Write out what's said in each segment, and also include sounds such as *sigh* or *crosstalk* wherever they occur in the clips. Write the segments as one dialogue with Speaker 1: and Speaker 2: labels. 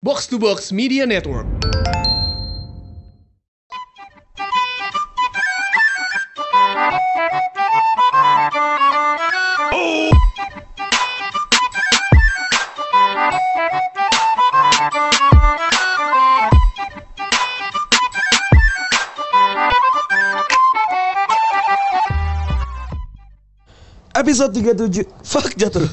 Speaker 1: Box to Box Media Network.
Speaker 2: Episode 37 Fuck jatuh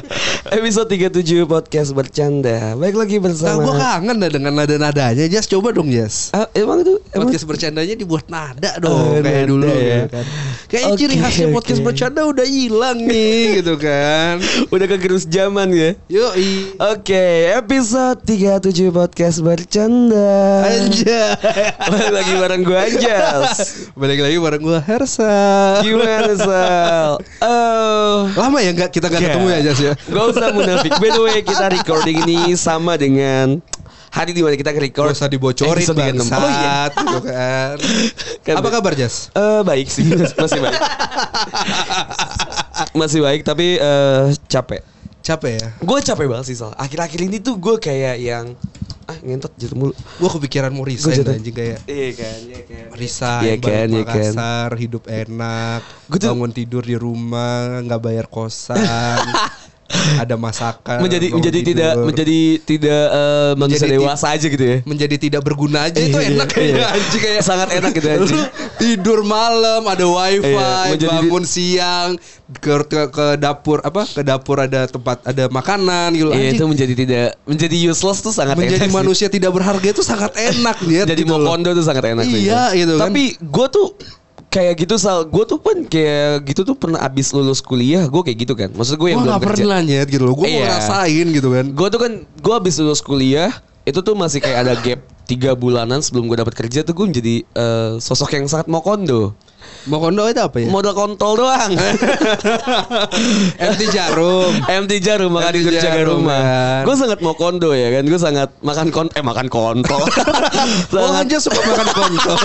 Speaker 3: *laughs*
Speaker 2: Episode 37 podcast bercanda Baik lagi
Speaker 3: Nah,
Speaker 2: bersama
Speaker 3: gue kangen dah dengan nada-nadanya. Jas, coba dong, Jas.
Speaker 2: Ah, Emang itu emang
Speaker 3: Podcast bercandanya dibuat nada dong
Speaker 2: Eh,
Speaker 3: kayak
Speaker 2: nada
Speaker 3: dulu
Speaker 2: ya.
Speaker 3: ya. Kan. Kayaknya
Speaker 2: Oke,
Speaker 3: ciri khasnya podcast
Speaker 2: oke.
Speaker 3: bercanda udah hilang
Speaker 2: *laughs*
Speaker 3: nih gitu kan.
Speaker 2: udah kegerus zaman ya
Speaker 3: Yoi.
Speaker 2: Oke episode 37 podcast bercanda
Speaker 3: Anjay.
Speaker 2: Balik lagi bareng gue
Speaker 3: *laughs*
Speaker 2: Anjas
Speaker 3: Balik lagi bareng gue Hersa.
Speaker 2: Gimana Sal? Oh
Speaker 3: Lama ya nggak kita nggak
Speaker 2: Nggak.
Speaker 3: ketemu ya Jas ya.
Speaker 2: Gak usah munafik By the way kita recording ini sama dengan Hari dimana kita record
Speaker 3: Gak usah dibocorin
Speaker 2: episode 36.
Speaker 3: bangsat
Speaker 2: *laughs* Oh iya
Speaker 3: gitu kan.
Speaker 2: Kan-
Speaker 3: Apa kabar Jas?
Speaker 2: Eh baik sih *laughs* masih baik masih baik tapi eh, capek
Speaker 3: Capek ya.
Speaker 2: gue capek banget sih soal akhir-akhir ini tuh gue kayak yang ah ngentot jatuh mulu
Speaker 3: Gue kepikiran mau
Speaker 2: Gua
Speaker 3: resign
Speaker 2: jatuh.
Speaker 3: anjing kayak
Speaker 2: iya kan iya kan Iya
Speaker 3: resign
Speaker 2: kan, iya
Speaker 3: balik
Speaker 2: kan.
Speaker 3: Makassar hidup enak
Speaker 2: Gua tuh-
Speaker 3: bangun tidur di rumah nggak bayar
Speaker 2: *laughs*
Speaker 3: kosan ada masakan
Speaker 2: menjadi
Speaker 3: bangun
Speaker 2: menjadi
Speaker 3: tidur.
Speaker 2: tidak menjadi tidak eh, manusia
Speaker 3: Menjadi ti-
Speaker 2: dewasa aja gitu ya
Speaker 3: menjadi tidak berguna aja itu
Speaker 2: Iya,
Speaker 3: enak
Speaker 2: iya.
Speaker 3: ya anjing kayak
Speaker 2: sangat enak gitu
Speaker 3: Lu
Speaker 2: anjing
Speaker 3: *laughs* tidur malam ada wifi
Speaker 2: Iya, menjadi-
Speaker 3: bangun siang ke, ke ke dapur apa ke dapur ada tempat ada makanan
Speaker 2: Iya
Speaker 3: gitu anjing
Speaker 2: itu menjadi tidak menjadi useless tuh sangat
Speaker 3: menjadi
Speaker 2: enak sih.
Speaker 3: manusia tidak berharga itu sangat
Speaker 2: *laughs*
Speaker 3: enak gitu dia
Speaker 2: jadi mau ya, kondo tuh sangat enak sih.
Speaker 3: Iya, gitu kan.
Speaker 2: tapi gue tuh kayak gitu sal gue tuh pun kayak gitu tuh pernah abis lulus kuliah gue kayak gitu kan maksud gue yang
Speaker 3: gue
Speaker 2: belum
Speaker 3: gak
Speaker 2: kerja
Speaker 3: pernah nyet gitu loh gue mau
Speaker 2: Iya.
Speaker 3: ngerasain gitu kan
Speaker 2: Gue tuh kan gue habis lulus kuliah itu tuh masih kayak ada gap tiga bulanan sebelum gue dapat kerja tuh gue menjadi eh, sosok yang sangat mau kondo
Speaker 3: mau kondo itu apa ya
Speaker 2: modal kontol
Speaker 3: *laughs*
Speaker 2: doang
Speaker 3: MT jarum
Speaker 2: MT jarum makan
Speaker 3: MT
Speaker 2: di jaga
Speaker 3: jarum,
Speaker 2: rumah
Speaker 3: kan.
Speaker 2: gue sangat mau kondo ya kan gue sangat makan kon eh makan
Speaker 3: *laughs*
Speaker 2: kontol
Speaker 3: Orang
Speaker 2: sangat
Speaker 3: aja suka
Speaker 2: *laughs*
Speaker 3: makan kontol.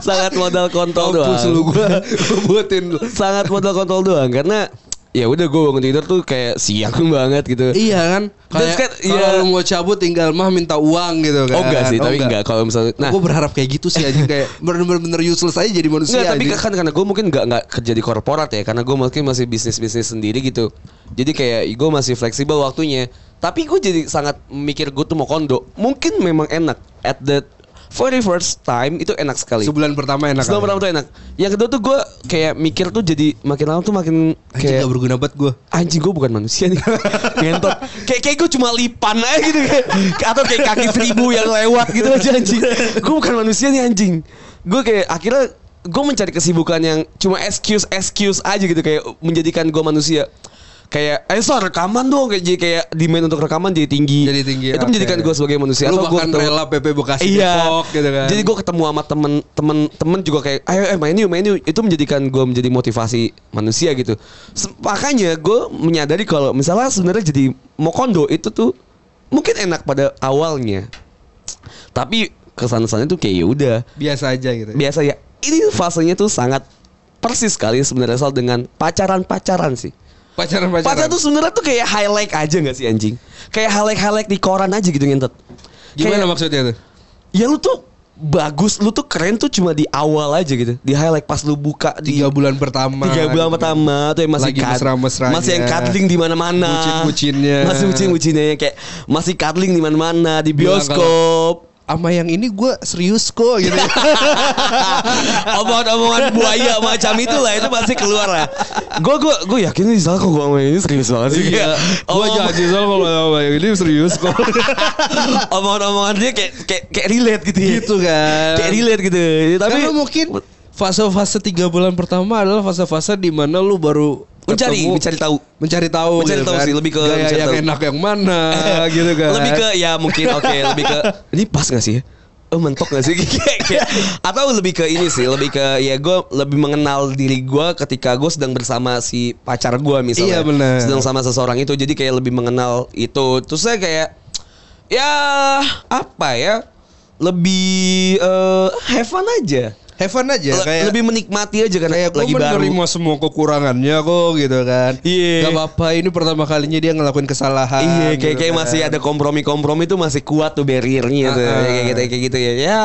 Speaker 2: sangat modal kontol
Speaker 3: Kampus lu
Speaker 2: doang
Speaker 3: gua gua buatin lu.
Speaker 2: sangat modal kontol doang karena ya udah gue bangun tidur tuh kayak siang *laughs* banget gitu
Speaker 3: Iya kan?
Speaker 2: Terus
Speaker 3: Kayak
Speaker 2: kan,
Speaker 3: kalau
Speaker 2: iya.
Speaker 3: lu mau cabut tinggal mah minta uang gitu kan.
Speaker 2: oh enggak sih tapi enggak, kalau misalnya nah
Speaker 3: gue berharap kayak gitu sih aja
Speaker 2: *laughs*
Speaker 3: kayak bener-bener useless aja jadi manusia.
Speaker 2: Nggak, tapi
Speaker 3: anjing.
Speaker 2: kan karena gue mungkin nggak nggak kerja di korporat ya karena gue mungkin masih bisnis bisnis sendiri gitu jadi kayak gue masih fleksibel waktunya tapi gue jadi sangat mikir gue tuh mau kondo mungkin memang enak at the very first time itu enak sekali
Speaker 3: sebulan pertama enak.
Speaker 2: Sebulan pertama tuh enak yang kedua tuh gue kayak mikir tuh jadi makin lama tuh makin
Speaker 3: kayak
Speaker 2: kayak
Speaker 3: berguna banget gue.
Speaker 2: anjing gue bukan manusia
Speaker 3: *laughs*
Speaker 2: nih ngentot kayak kayak gue cuma lipan aja gitu kayak atau kayak kaki seribu yang lewat gitu aja anjing gue bukan manusia nih anjing gue kayak akhirnya gue mencari kesibukan yang cuma excuse excuse aja gitu kayak menjadikan gue manusia kayak eh so rekaman dong kayak jadi kayak demand untuk rekaman jadi tinggi
Speaker 3: Jadi tinggi,
Speaker 2: itu
Speaker 3: oke.
Speaker 2: menjadikan gue sebagai manusia Atau
Speaker 3: Lu
Speaker 2: gua
Speaker 3: bahkan
Speaker 2: ketemu-
Speaker 3: rela PP Bekasi
Speaker 2: Iya.
Speaker 3: Depok gitu kan.
Speaker 2: Jadi gue ketemu sama temen-temen temen juga kayak ayo eh main yuk main yuk itu menjadikan gue menjadi motivasi manusia gitu. Se- Makanya gue menyadari kalau misalnya sebenarnya jadi mokondo itu tuh mungkin enak pada awalnya. Tapi kesan-kesannya tuh kayak ya udah
Speaker 3: biasa aja gitu.
Speaker 2: biasa ya. Ini fasenya tuh sangat persis sekali sebenarnya soal dengan pacaran-pacaran sih.
Speaker 3: Pacaran-pacaran.
Speaker 2: Pacaran tuh sebenarnya tuh kayak highlight aja gak sih anjing? Kayak highlight-highlight di koran aja gitu ngentet.
Speaker 3: gimana
Speaker 2: Kayak-
Speaker 3: maksudnya tuh?
Speaker 2: ya lu tuh bagus lu tuh keren tuh cuma di awal aja gitu di highlight pas lu buka di
Speaker 3: Tiga bulan pertama.
Speaker 2: tiga bulan
Speaker 3: gitu.
Speaker 2: pertama tuh yang masih
Speaker 3: Lagi
Speaker 2: cut-
Speaker 3: mesra-mesranya.
Speaker 2: masih yang cuddling di mana-mana
Speaker 3: Bucin-bucinnya.
Speaker 2: *laughs* masih bucin-bucinnya yang kayak masih cuddling di mana-mana di
Speaker 3: Bilang
Speaker 2: bioskop *laughs*
Speaker 3: Sama yang ini gue serius kok gitu.
Speaker 2: omongan-omongan buaya macam itu lah itu pasti keluar lah gue gue gue yakin nih salah kok gue sama ini serius banget sih
Speaker 3: Iya.
Speaker 2: *laughs*
Speaker 3: Gue
Speaker 2: Omong-
Speaker 3: janji soal kalau sama yang ini serius kok.
Speaker 2: *laughs* omongan-omongan dia kayak kayak kayak relate gitu ya
Speaker 3: *laughs* gitu kan.
Speaker 2: kayak relate gitu tapi
Speaker 3: Karena mungkin fase-fase tiga bulan pertama adalah fase-fase di mana lu baru
Speaker 2: mencari
Speaker 3: ketemu-
Speaker 2: mencari tahu
Speaker 3: mencari tahu gitu kan.
Speaker 2: Mencari tahu sih, lebih ke
Speaker 3: Gaya
Speaker 2: mencari
Speaker 3: yang
Speaker 2: tahu.
Speaker 3: enak yang
Speaker 2: *laughs*
Speaker 3: mana gitu kan
Speaker 2: Lebih ke ya mungkin oke lebih ke *laughs* ini pas gak sih? ya? Oh mentok *laughs* gak sih? Kayak- kayak- Atau lebih ke ini sih lebih ke ya gue lebih mengenal diri gue ketika gue sedang bersama si pacar gue misalnya.
Speaker 3: Iya, benar.
Speaker 2: Sedang sama seseorang itu jadi kayak lebih mengenal itu. Terus saya kayak ya apa ya lebih eh, have fun aja.
Speaker 3: have fun aja
Speaker 2: Le-
Speaker 3: kayak
Speaker 2: lebih menikmati aja kan
Speaker 3: kayak gue
Speaker 2: lagi baru.
Speaker 3: menerima semua kekurangannya kok gitu kan
Speaker 2: Iya.
Speaker 3: Gak apa-apa ini pertama kalinya dia ngelakuin kesalahan
Speaker 2: Iya, kayak
Speaker 3: gitu
Speaker 2: kayak
Speaker 3: kan.
Speaker 2: masih ada kompromi-kompromi tuh masih kuat tuh barriernya tuh.
Speaker 3: Ah, ah.
Speaker 2: Kayak gitu kayak gitu ya. Ya.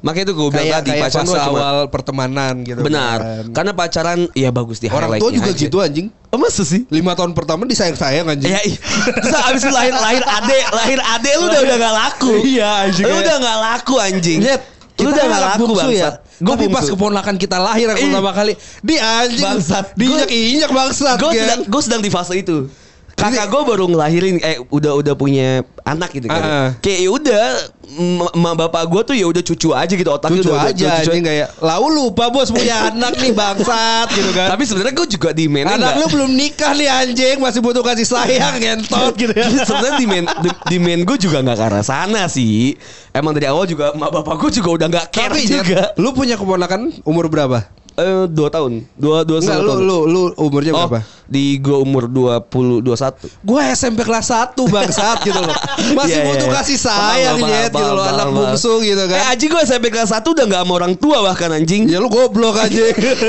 Speaker 2: Makanya tuh gue bilang
Speaker 3: kayak,
Speaker 2: tadi
Speaker 3: kayak
Speaker 2: pacaran
Speaker 3: fase
Speaker 2: tuh cuma-
Speaker 3: awal pertemanan gitu
Speaker 2: benar.
Speaker 3: kan.
Speaker 2: Karena pacaran ya bagus di
Speaker 3: orang tua
Speaker 2: highlight-nya
Speaker 3: juga
Speaker 2: aja.
Speaker 3: gitu Iya, anjing
Speaker 2: Oh, masa sih?
Speaker 3: lima tahun pertama disayang-sayang anjing
Speaker 2: Ya, ih. terus abis itu lahir lahir ade, lahir ade lu udah udah gak laku.
Speaker 3: Iya, anjing.
Speaker 2: Lu udah gak laku anjing.
Speaker 3: Nyet,
Speaker 2: lu
Speaker 3: kita
Speaker 2: udah
Speaker 3: anak
Speaker 2: gak laku
Speaker 3: bungsu
Speaker 2: bangsa.
Speaker 3: ya.
Speaker 2: Gua
Speaker 3: Tapi pas
Speaker 2: bungsu.
Speaker 3: keponakan kita lahir aku
Speaker 2: Ih.
Speaker 3: pertama kali di anjing
Speaker 2: Bangsat.
Speaker 3: diinjak-injak bangsat.
Speaker 2: Gue
Speaker 3: kan.
Speaker 2: sedang gue sedang di fase itu.
Speaker 3: Jadi-
Speaker 2: Kakak gue baru ngelahirin eh udah udah punya anak gitu kan.
Speaker 3: Ah, ah.
Speaker 2: Kayak ya udah ma- ma bapak gue tuh ya udah cucu aja gitu otaknya
Speaker 3: Lucu
Speaker 2: udah udah
Speaker 3: aja
Speaker 2: cucu
Speaker 3: anjing kayak lau lupa bos
Speaker 2: *laughs*
Speaker 3: punya anak nih bangsat gitu kan.
Speaker 2: Tapi sebenarnya gue juga di mainnya
Speaker 3: Anak lu
Speaker 2: nggak-
Speaker 3: belum nikah nih anjing masih butuh kasih sayang gentot gitu kan.
Speaker 2: Iya. *laughs* sebenarnya di main di, di main gue juga nggak ke arah sana sih. Emang dari awal juga ma bapak gue juga udah nggak care
Speaker 3: Tapi
Speaker 2: juga.
Speaker 3: juga. lu punya keponakan umur berapa?
Speaker 2: Eh dua tahun, dua dua
Speaker 3: Enggak
Speaker 2: setengah
Speaker 3: lu
Speaker 2: tahun.
Speaker 3: lu lu umurnya
Speaker 2: oh,
Speaker 3: berapa?
Speaker 2: di gue umur 20 21
Speaker 3: Gue SMP kelas 1 bangsat gitu loh. Masih
Speaker 2: Iya, iya,
Speaker 3: butuh
Speaker 2: iya.
Speaker 3: kasih
Speaker 2: Paham,
Speaker 3: sayang
Speaker 2: paham,
Speaker 3: Nyet, gitu
Speaker 2: paham,
Speaker 3: loh
Speaker 2: paham,
Speaker 3: anak
Speaker 2: paham.
Speaker 3: bungsu gitu
Speaker 2: Eh
Speaker 3: kan.
Speaker 2: Aji gue SMP kelas 1 udah gak sama orang tua bahkan anjing *laughs*
Speaker 3: Ya lu goblok aja.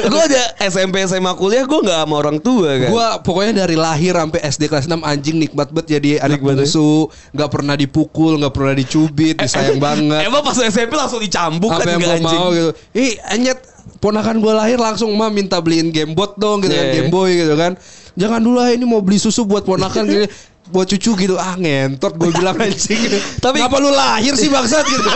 Speaker 2: Gue ada SMP SMA kuliah gue gak sama orang tua kan
Speaker 3: Gua pokoknya dari lahir sampai SD kelas 6 anjing nikmat banget jadi
Speaker 2: Nikmat,
Speaker 3: anak
Speaker 2: ya?
Speaker 3: bungsu, nggak pernah dipukul, nggak pernah dicubit,
Speaker 2: *laughs*
Speaker 3: disayang banget.
Speaker 2: Emang pas SMP langsung dicambuk
Speaker 3: Apa
Speaker 2: kan
Speaker 3: yang
Speaker 2: gak
Speaker 3: gua
Speaker 2: anjing
Speaker 3: mau gitu. Ih, anjat ponakan gua lahir langsung mah minta beliin game bot dong gitu kan,
Speaker 2: Yeah.
Speaker 3: game boy gitu kan. Jangan dulu ah ini mau beli susu
Speaker 2: *laughs*
Speaker 3: buat
Speaker 2: Iya.
Speaker 3: ponakan gini buat cucu gitu ah ngentot gue bilang *laughs* anjing gitu.
Speaker 2: Tapi-
Speaker 3: tapi apa lu lahir sih bangsat gitu
Speaker 2: *laughs*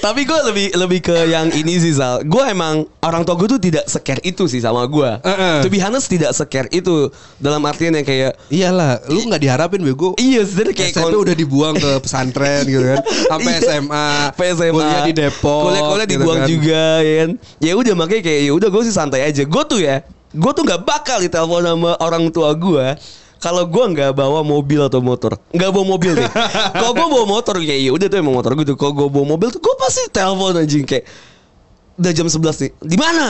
Speaker 2: Tapi gue lebih lebih ke yang ini sih Sal Gue emang orang tua gue tuh tidak secare itu sih sama gue
Speaker 3: Heeh.
Speaker 2: To be honest tidak secare itu Dalam artian yang kayak
Speaker 3: iyalah lu nggak diharapin bego
Speaker 2: Iya sebenernya kayak
Speaker 3: SMP
Speaker 2: kon-
Speaker 3: udah dibuang ke pesantren gitu
Speaker 2: *laughs*
Speaker 3: kan sampai
Speaker 2: Iya.
Speaker 3: SMA
Speaker 2: Sampai SMA
Speaker 3: kuliah di Depok
Speaker 2: kuliah kuliah
Speaker 3: gitu
Speaker 2: dibuang
Speaker 3: kan.
Speaker 2: juga ya kan ya udah makanya kayak ya udah gue sih santai aja gue tuh ya gue tuh nggak bakal ditelepon sama orang tua gue kalau gue nggak bawa mobil atau motor nggak bawa mobil
Speaker 3: *laughs*
Speaker 2: deh kalau gue bawa motor kayak ya udah tuh emang motor gue tuh kalau gue bawa mobil tuh gue pasti telepon anjing kayak udah jam 11 nih di mana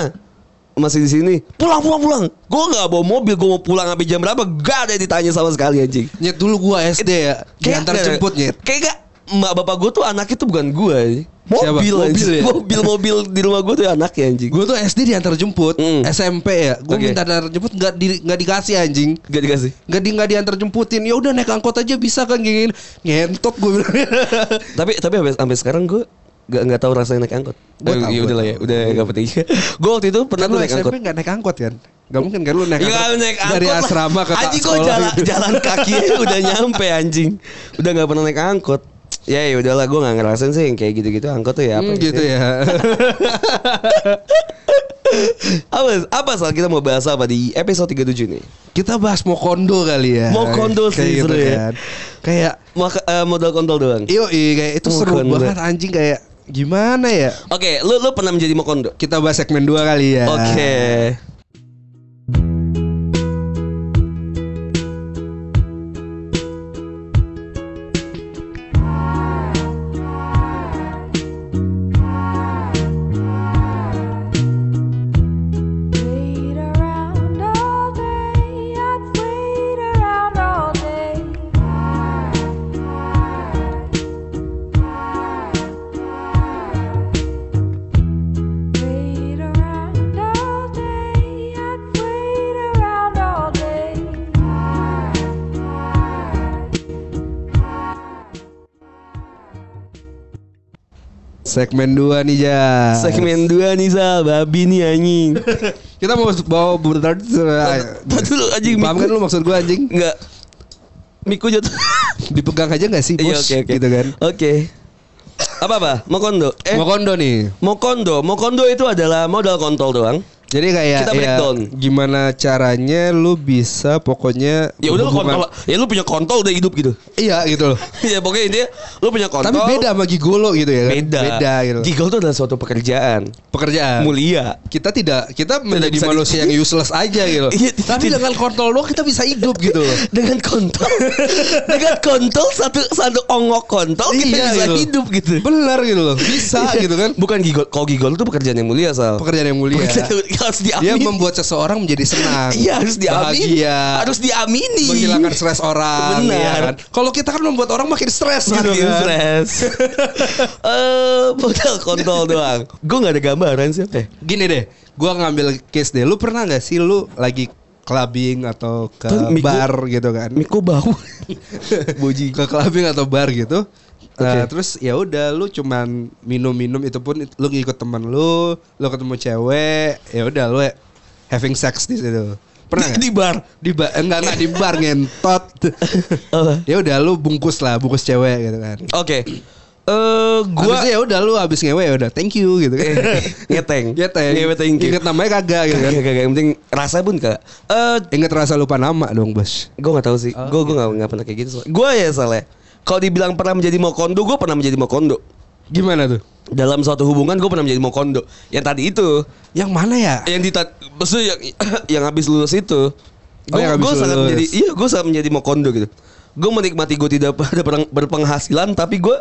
Speaker 2: masih di sini pulang pulang pulang gue nggak bawa mobil gue mau pulang sampai jam berapa gak ada yang ditanya sama sekali anjing
Speaker 3: Nyet dulu gua SD ya
Speaker 2: Kayak
Speaker 3: Diantar
Speaker 2: ada-
Speaker 3: jemput nyet
Speaker 2: Kayak gak Mbak bapak gue tuh anaknya tuh bukan gue
Speaker 3: Siapa?
Speaker 2: Mobil
Speaker 3: Mobil
Speaker 2: Mobil
Speaker 3: ya?
Speaker 2: Mobil mobil di rumah gue tuh anaknya anjing
Speaker 3: Gua tuh SD diantar jemput
Speaker 2: Mm.
Speaker 3: SMP ya Gua
Speaker 2: Oke.
Speaker 3: minta diantar jemput Gak, di, nggak dikasih anjing
Speaker 2: Gak dikasih
Speaker 3: Gak, di, nggak diantar jemputin ya udah naik angkot aja bisa kan gini Ngentot gua
Speaker 2: *laughs*
Speaker 3: bilang
Speaker 2: Tapi tapi sampai, sampai sekarang gue Gak, gak tau rasanya naik angkot
Speaker 3: Gua
Speaker 2: Eh,
Speaker 3: tahu,
Speaker 2: Ya
Speaker 3: gua
Speaker 2: udah lah ya
Speaker 3: tahu.
Speaker 2: Udah gak *laughs* penting Gue waktu itu pernah
Speaker 3: Kan
Speaker 2: tuh
Speaker 3: lu
Speaker 2: naik angkot
Speaker 3: SMP gak naik angkot kan Gak mungkin kan lu naik
Speaker 2: Iya
Speaker 3: angkot
Speaker 2: naik angkot
Speaker 3: Dari
Speaker 2: lah.
Speaker 3: asrama ke
Speaker 2: Anjing gue
Speaker 3: sekolah *laughs*
Speaker 2: jalan,
Speaker 3: gitu.
Speaker 2: jalan kaki aja *laughs* udah nyampe anjing Udah gak pernah naik angkot Ya ya udahlah gue gak ngerasain sih yang kayak gitu-gitu angkot tuh ya apa
Speaker 3: Hmm,
Speaker 2: sih?
Speaker 3: gitu ya *laughs*
Speaker 2: Apa, apa soal kita mau bahas apa di episode 37 nih
Speaker 3: Kita bahas Mokondo kali ya
Speaker 2: Mokondo
Speaker 3: Kayak
Speaker 2: sih
Speaker 3: gitu
Speaker 2: seru ya.
Speaker 3: kan. Kayak
Speaker 2: Maka, eh, Modal kontol doang
Speaker 3: Iya kayak itu seru
Speaker 2: Mokondo.
Speaker 3: banget anjing kayak Gimana ya
Speaker 2: Oke, lu lu pernah menjadi mokondo?
Speaker 3: Kita bahas segmen 2 kali ya
Speaker 2: Oke.
Speaker 4: Wait around all day, I'd wait around all day. Wait around all day, I'd wait around all day.
Speaker 3: Segmen 2 nih ya.
Speaker 2: Segmen 2 nih Sal, babi nih anjing.
Speaker 3: Kita mau bawa bentar eh,
Speaker 2: Tadi dulu anjing
Speaker 3: Paham kan
Speaker 2: Miku.
Speaker 3: lu maksud gua anjing?
Speaker 2: Enggak. Miku
Speaker 3: *laughs*
Speaker 2: jatuh.
Speaker 3: Dipegang aja gak sih bos?
Speaker 2: Iya, oke oke.
Speaker 3: Gitu kan
Speaker 2: Oke. Apa apa? Mokondo. Eh,
Speaker 3: Mau kondo nih
Speaker 2: Mokondo. Mokondo itu adalah modal kontol doang.
Speaker 3: Jadi kayak
Speaker 2: Kita
Speaker 3: ya,
Speaker 2: breakdown.
Speaker 3: Gimana caranya lu bisa pokoknya
Speaker 2: Ya udah lu
Speaker 3: berhubungan-
Speaker 2: kontol. Ya lu punya kontol udah hidup gitu. *laughs*
Speaker 3: Iya gitu loh
Speaker 2: ya pokoknya intinya lu punya kontol.
Speaker 3: Tapi beda sama gigolo gitu ya kan?
Speaker 2: Beda.
Speaker 3: Beda gitu Ya. loh.
Speaker 2: Gigol itu adalah suatu pekerjaan
Speaker 3: Pekerjaan *laughs*
Speaker 2: mulia.
Speaker 3: kita tidak kita menjadi
Speaker 2: bisa di-
Speaker 3: manusia yang useless aja gitu. loh.
Speaker 2: Iya,
Speaker 3: Tapi
Speaker 2: tidak.
Speaker 3: dengan kontol doang kita bisa hidup gitu
Speaker 2: *laughs*
Speaker 3: loh.
Speaker 2: dengan
Speaker 3: *laughs*
Speaker 2: kontol dengan kontol satu satu ongok kontol Oh, kita
Speaker 3: Iya,
Speaker 2: bisa
Speaker 3: gitu.
Speaker 2: hidup gitu
Speaker 3: Bener gitu loh. Bisa gitu kan.
Speaker 2: Iya. *laughs* bukan gigol kalau gigol itu pekerjaan yang mulia sal
Speaker 3: Pekerjaan yang mulia.
Speaker 2: Pekerjaan- harus
Speaker 3: Dia
Speaker 2: diamini.
Speaker 3: membuat seseorang menjadi senang.
Speaker 2: Iya harus diamini.
Speaker 3: Bahagia.
Speaker 2: Harus diamini.
Speaker 3: Menghilangkan stres orang.
Speaker 2: Benar.
Speaker 3: ya kan? Kalau kita kan membuat orang makin stres kan.
Speaker 2: Gitu,
Speaker 3: makin *laughs*
Speaker 2: stres. Eh, modal kontol doang. Gue nggak ada gambaran siapa. ya.
Speaker 3: Gini deh, gua ngambil case deh. Lu pernah nggak sih lu lagi clubbing atau ke
Speaker 2: Tuh, Miko-
Speaker 3: bar gitu kan?
Speaker 2: Miko
Speaker 3: *laughs*
Speaker 2: bau.
Speaker 3: Boji. Ke clubbing atau bar gitu. Nah,
Speaker 2: Oke.
Speaker 3: terus ya udah lu cuman minum-minum itu pun lu ngikut temen lu, lu ketemu cewek, ya udah lu having sex di situ. Pernah
Speaker 2: Di- di
Speaker 3: nggak?
Speaker 2: bar.
Speaker 3: di bar enggak enggak di bar ngentot.
Speaker 2: Apa?
Speaker 3: ya udah lu bungkus lah, bungkus cewek gitu kan.
Speaker 2: Oke. Eh
Speaker 3: Gua
Speaker 2: gua
Speaker 3: ya udah lu habis ngewe ya udah thank you gitu kan. *laughs*
Speaker 2: ngeteng.
Speaker 3: Geteng.
Speaker 2: Ngewe thank you.
Speaker 3: Ingat namanya kagak gitu
Speaker 2: *laughs*
Speaker 3: kan.
Speaker 2: Kagak, kagak. Yang penting rasa pun kagak. Eh
Speaker 3: Ingat rasa lupa nama dong bos
Speaker 2: gue gak tahu sih. Gue gue gak, pernah kayak gitu. Gue ya salah. Kalau dibilang pernah menjadi mokondo, gue pernah menjadi mokondo.
Speaker 3: Gimana tuh?
Speaker 2: Dalam suatu hubungan gue pernah menjadi mokondo. Yang tadi itu,
Speaker 3: Yang mana ya?
Speaker 2: yang di maksudnya yang *clears throat* yang habis lulus itu
Speaker 3: Oh,
Speaker 2: gue
Speaker 3: yang habis
Speaker 2: sangat
Speaker 3: lulus.
Speaker 2: menjadi iya gue sangat menjadi mokondo gitu gue menikmati gue tidak *laughs* ada berpeng- berpenghasilan tapi gue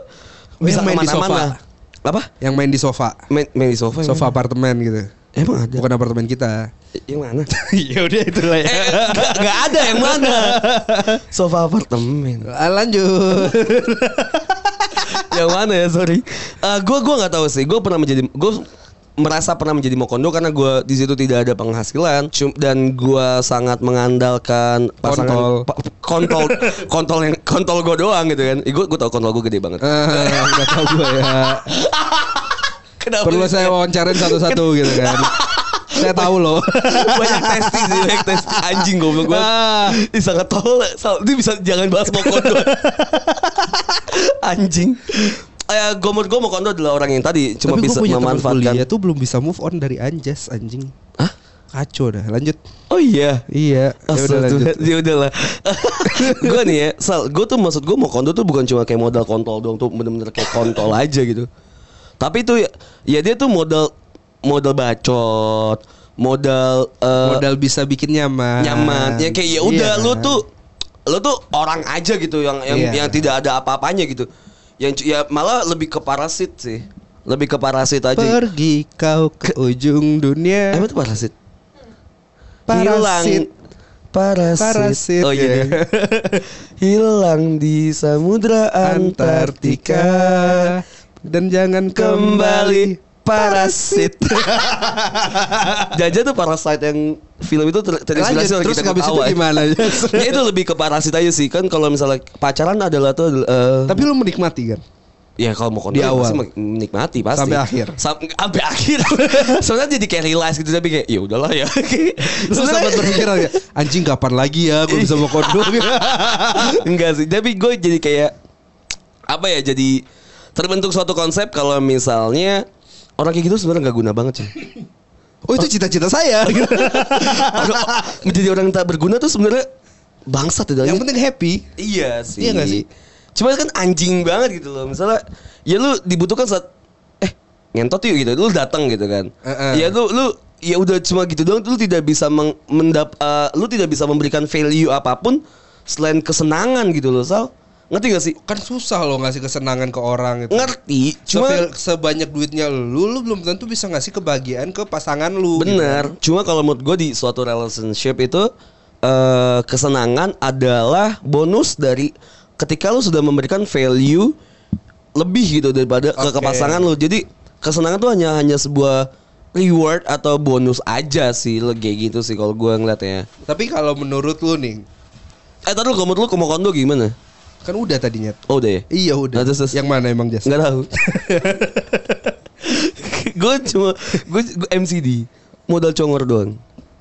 Speaker 3: Oh,
Speaker 2: bisa
Speaker 3: yang main di
Speaker 2: kemana-mana apa
Speaker 3: Yang main di sofa
Speaker 2: main, main di sofa ya?
Speaker 3: Sofa apartemen gitu
Speaker 2: emang ada
Speaker 3: Bukan apartemen kita
Speaker 2: yang mana
Speaker 3: *laughs* Ya udah itulah
Speaker 2: eh, gak, ada yang
Speaker 3: *laughs*
Speaker 2: mana sofa apartemen
Speaker 3: Ah, Lanjut *laughs*
Speaker 2: yang mana ya sorry Eh, gue gua nggak tahu sih gue pernah menjadi gue merasa pernah menjadi mokondo karena gue di situ tidak ada penghasilan Cum- dan gue sangat mengandalkan pasangan
Speaker 3: Kontol.
Speaker 2: pa- kontol kontol yang kontol gue doang gitu kan gue gue tau kontol gue gede banget
Speaker 3: Eh, Gak tau gue ya
Speaker 2: Kenapa
Speaker 3: Perlu
Speaker 2: sih?
Speaker 3: saya wawancarin satu-satu gitu *laughs* kan Saya tahu loh
Speaker 2: *laughs* banyak testing sih banyak testing anjing goblok gue
Speaker 3: Ah.
Speaker 2: Ih sangat tolol Sal- Ini bisa jangan bahas
Speaker 3: *laughs*
Speaker 2: Mokondo Anjing Eh, Gomor gue Mokondo adalah orang yang tadi Cuma
Speaker 3: Tapi gua
Speaker 2: bisa
Speaker 3: punya teman kuliah
Speaker 2: memanfaatkan
Speaker 3: tuh belum bisa move on dari Anjas anjing
Speaker 2: Hah?
Speaker 3: Kacau dah lanjut
Speaker 2: Oh iya
Speaker 3: Iya ya udah lanjut
Speaker 2: Ya
Speaker 3: *laughs*
Speaker 2: udahlah. gue nih ya, Sal, gue tuh maksud gue mau kondo tuh bukan cuma kayak modal kontol doang tuh bener-bener kayak
Speaker 3: *laughs*
Speaker 2: kontol aja gitu. Tapi itu ya, ya dia tuh modal modal bacot, modal eh,
Speaker 3: Modal bisa bikin nyaman
Speaker 2: nyaman ya kayak ya udah
Speaker 3: Iya.
Speaker 2: lu tuh lu tuh orang aja gitu yang yang
Speaker 3: Iya.
Speaker 2: yang tidak ada apa-apanya gitu yang cu- ya malah lebih ke parasit sih lebih ke parasit aja
Speaker 3: Pergi kau ke ujung dunia
Speaker 2: emang itu parasit
Speaker 3: Parasit.
Speaker 2: parasit
Speaker 3: Parasit,
Speaker 2: oh iya
Speaker 3: ya.
Speaker 2: dia. *laughs* hilang di samudra Antartika
Speaker 3: Antartika dan jangan
Speaker 2: kembali
Speaker 3: kembali. *laughs*
Speaker 2: parasit jaja tuh parasit yang film itu ter- terinspirasi
Speaker 3: Lanjut
Speaker 2: oleh
Speaker 3: terus
Speaker 2: kita
Speaker 3: habis itu
Speaker 2: ketawa ya. *laughs*
Speaker 3: gimana?
Speaker 2: Ya itu lebih ke parasit aja sih kan kalau misalnya pacaran adalah tuh eh,
Speaker 3: Tapi *laughs* lu menikmati kan?
Speaker 2: ya kalau mau kondisi
Speaker 3: Di awal.
Speaker 2: pasti men- menikmati pasti
Speaker 3: Sampai akhir.
Speaker 2: Sam- sampai akhir *laughs* sebenarnya jadi kayak realize gitu tapi kayak ya udahlah ya *laughs*
Speaker 3: Lu sempat berpikiran ya, anjing kapan lagi ya gue bisa mau kondom?
Speaker 2: *laughs* enggak sih tapi gue jadi kayak apa ya jadi terbentuk suatu konsep kalau misalnya orang kayak gitu sebenarnya nggak guna banget
Speaker 3: *laughs*
Speaker 2: sih
Speaker 3: *laughs* Oh itu cita-cita *laughs* saya.
Speaker 2: Orang- menjadi orang yang tak berguna tuh sebenarnya bangsat di dalamnya.
Speaker 3: Yang penting happy.
Speaker 2: Iya sih.
Speaker 3: Iya nggak sih?
Speaker 2: Cuma kan anjing banget gitu loh. Misalnya ya lu dibutuhkan saat eh ngentot yuk gitu. Lu datang gitu kan.
Speaker 3: Heeh.
Speaker 2: Ya lu lu ya udah cuma gitu doang lu tidak bisa meng, mendap eh, lu tidak bisa memberikan value apapun selain kesenangan gitu loh, Sal. Ngerti gak sih?
Speaker 3: Kan susah loh ngasih kesenangan ke orang gitu.
Speaker 2: Ngerti, cuma
Speaker 3: Sepe- sebanyak duitnya lu, lu belum tentu bisa ngasih kebahagiaan ke pasangan lu. gitu.
Speaker 2: Bener. Cuma kalau menurut gue di suatu relationship itu eh kesenangan adalah bonus dari ketika lu sudah memberikan value lebih gitu daripada ke, ke
Speaker 3: Oke.
Speaker 2: pasangan lu. Jadi kesenangan tuh hanya hanya sebuah reward atau bonus aja sih lo kayak gitu sih kalau gue ngeliatnya.
Speaker 3: Gitu. Tapi kalau menurut lu nih,
Speaker 2: Eh tadi lu kalau menurut lu komo kondo gimana?
Speaker 3: kan udah tadinya.
Speaker 2: Oh udah ya.
Speaker 3: Iya
Speaker 2: Nah,
Speaker 3: udah.
Speaker 2: terus- terus.
Speaker 3: Yang mana emang Jas?
Speaker 2: Nggak *laughs* tahu. gue cuma gue MCD modal congor doang.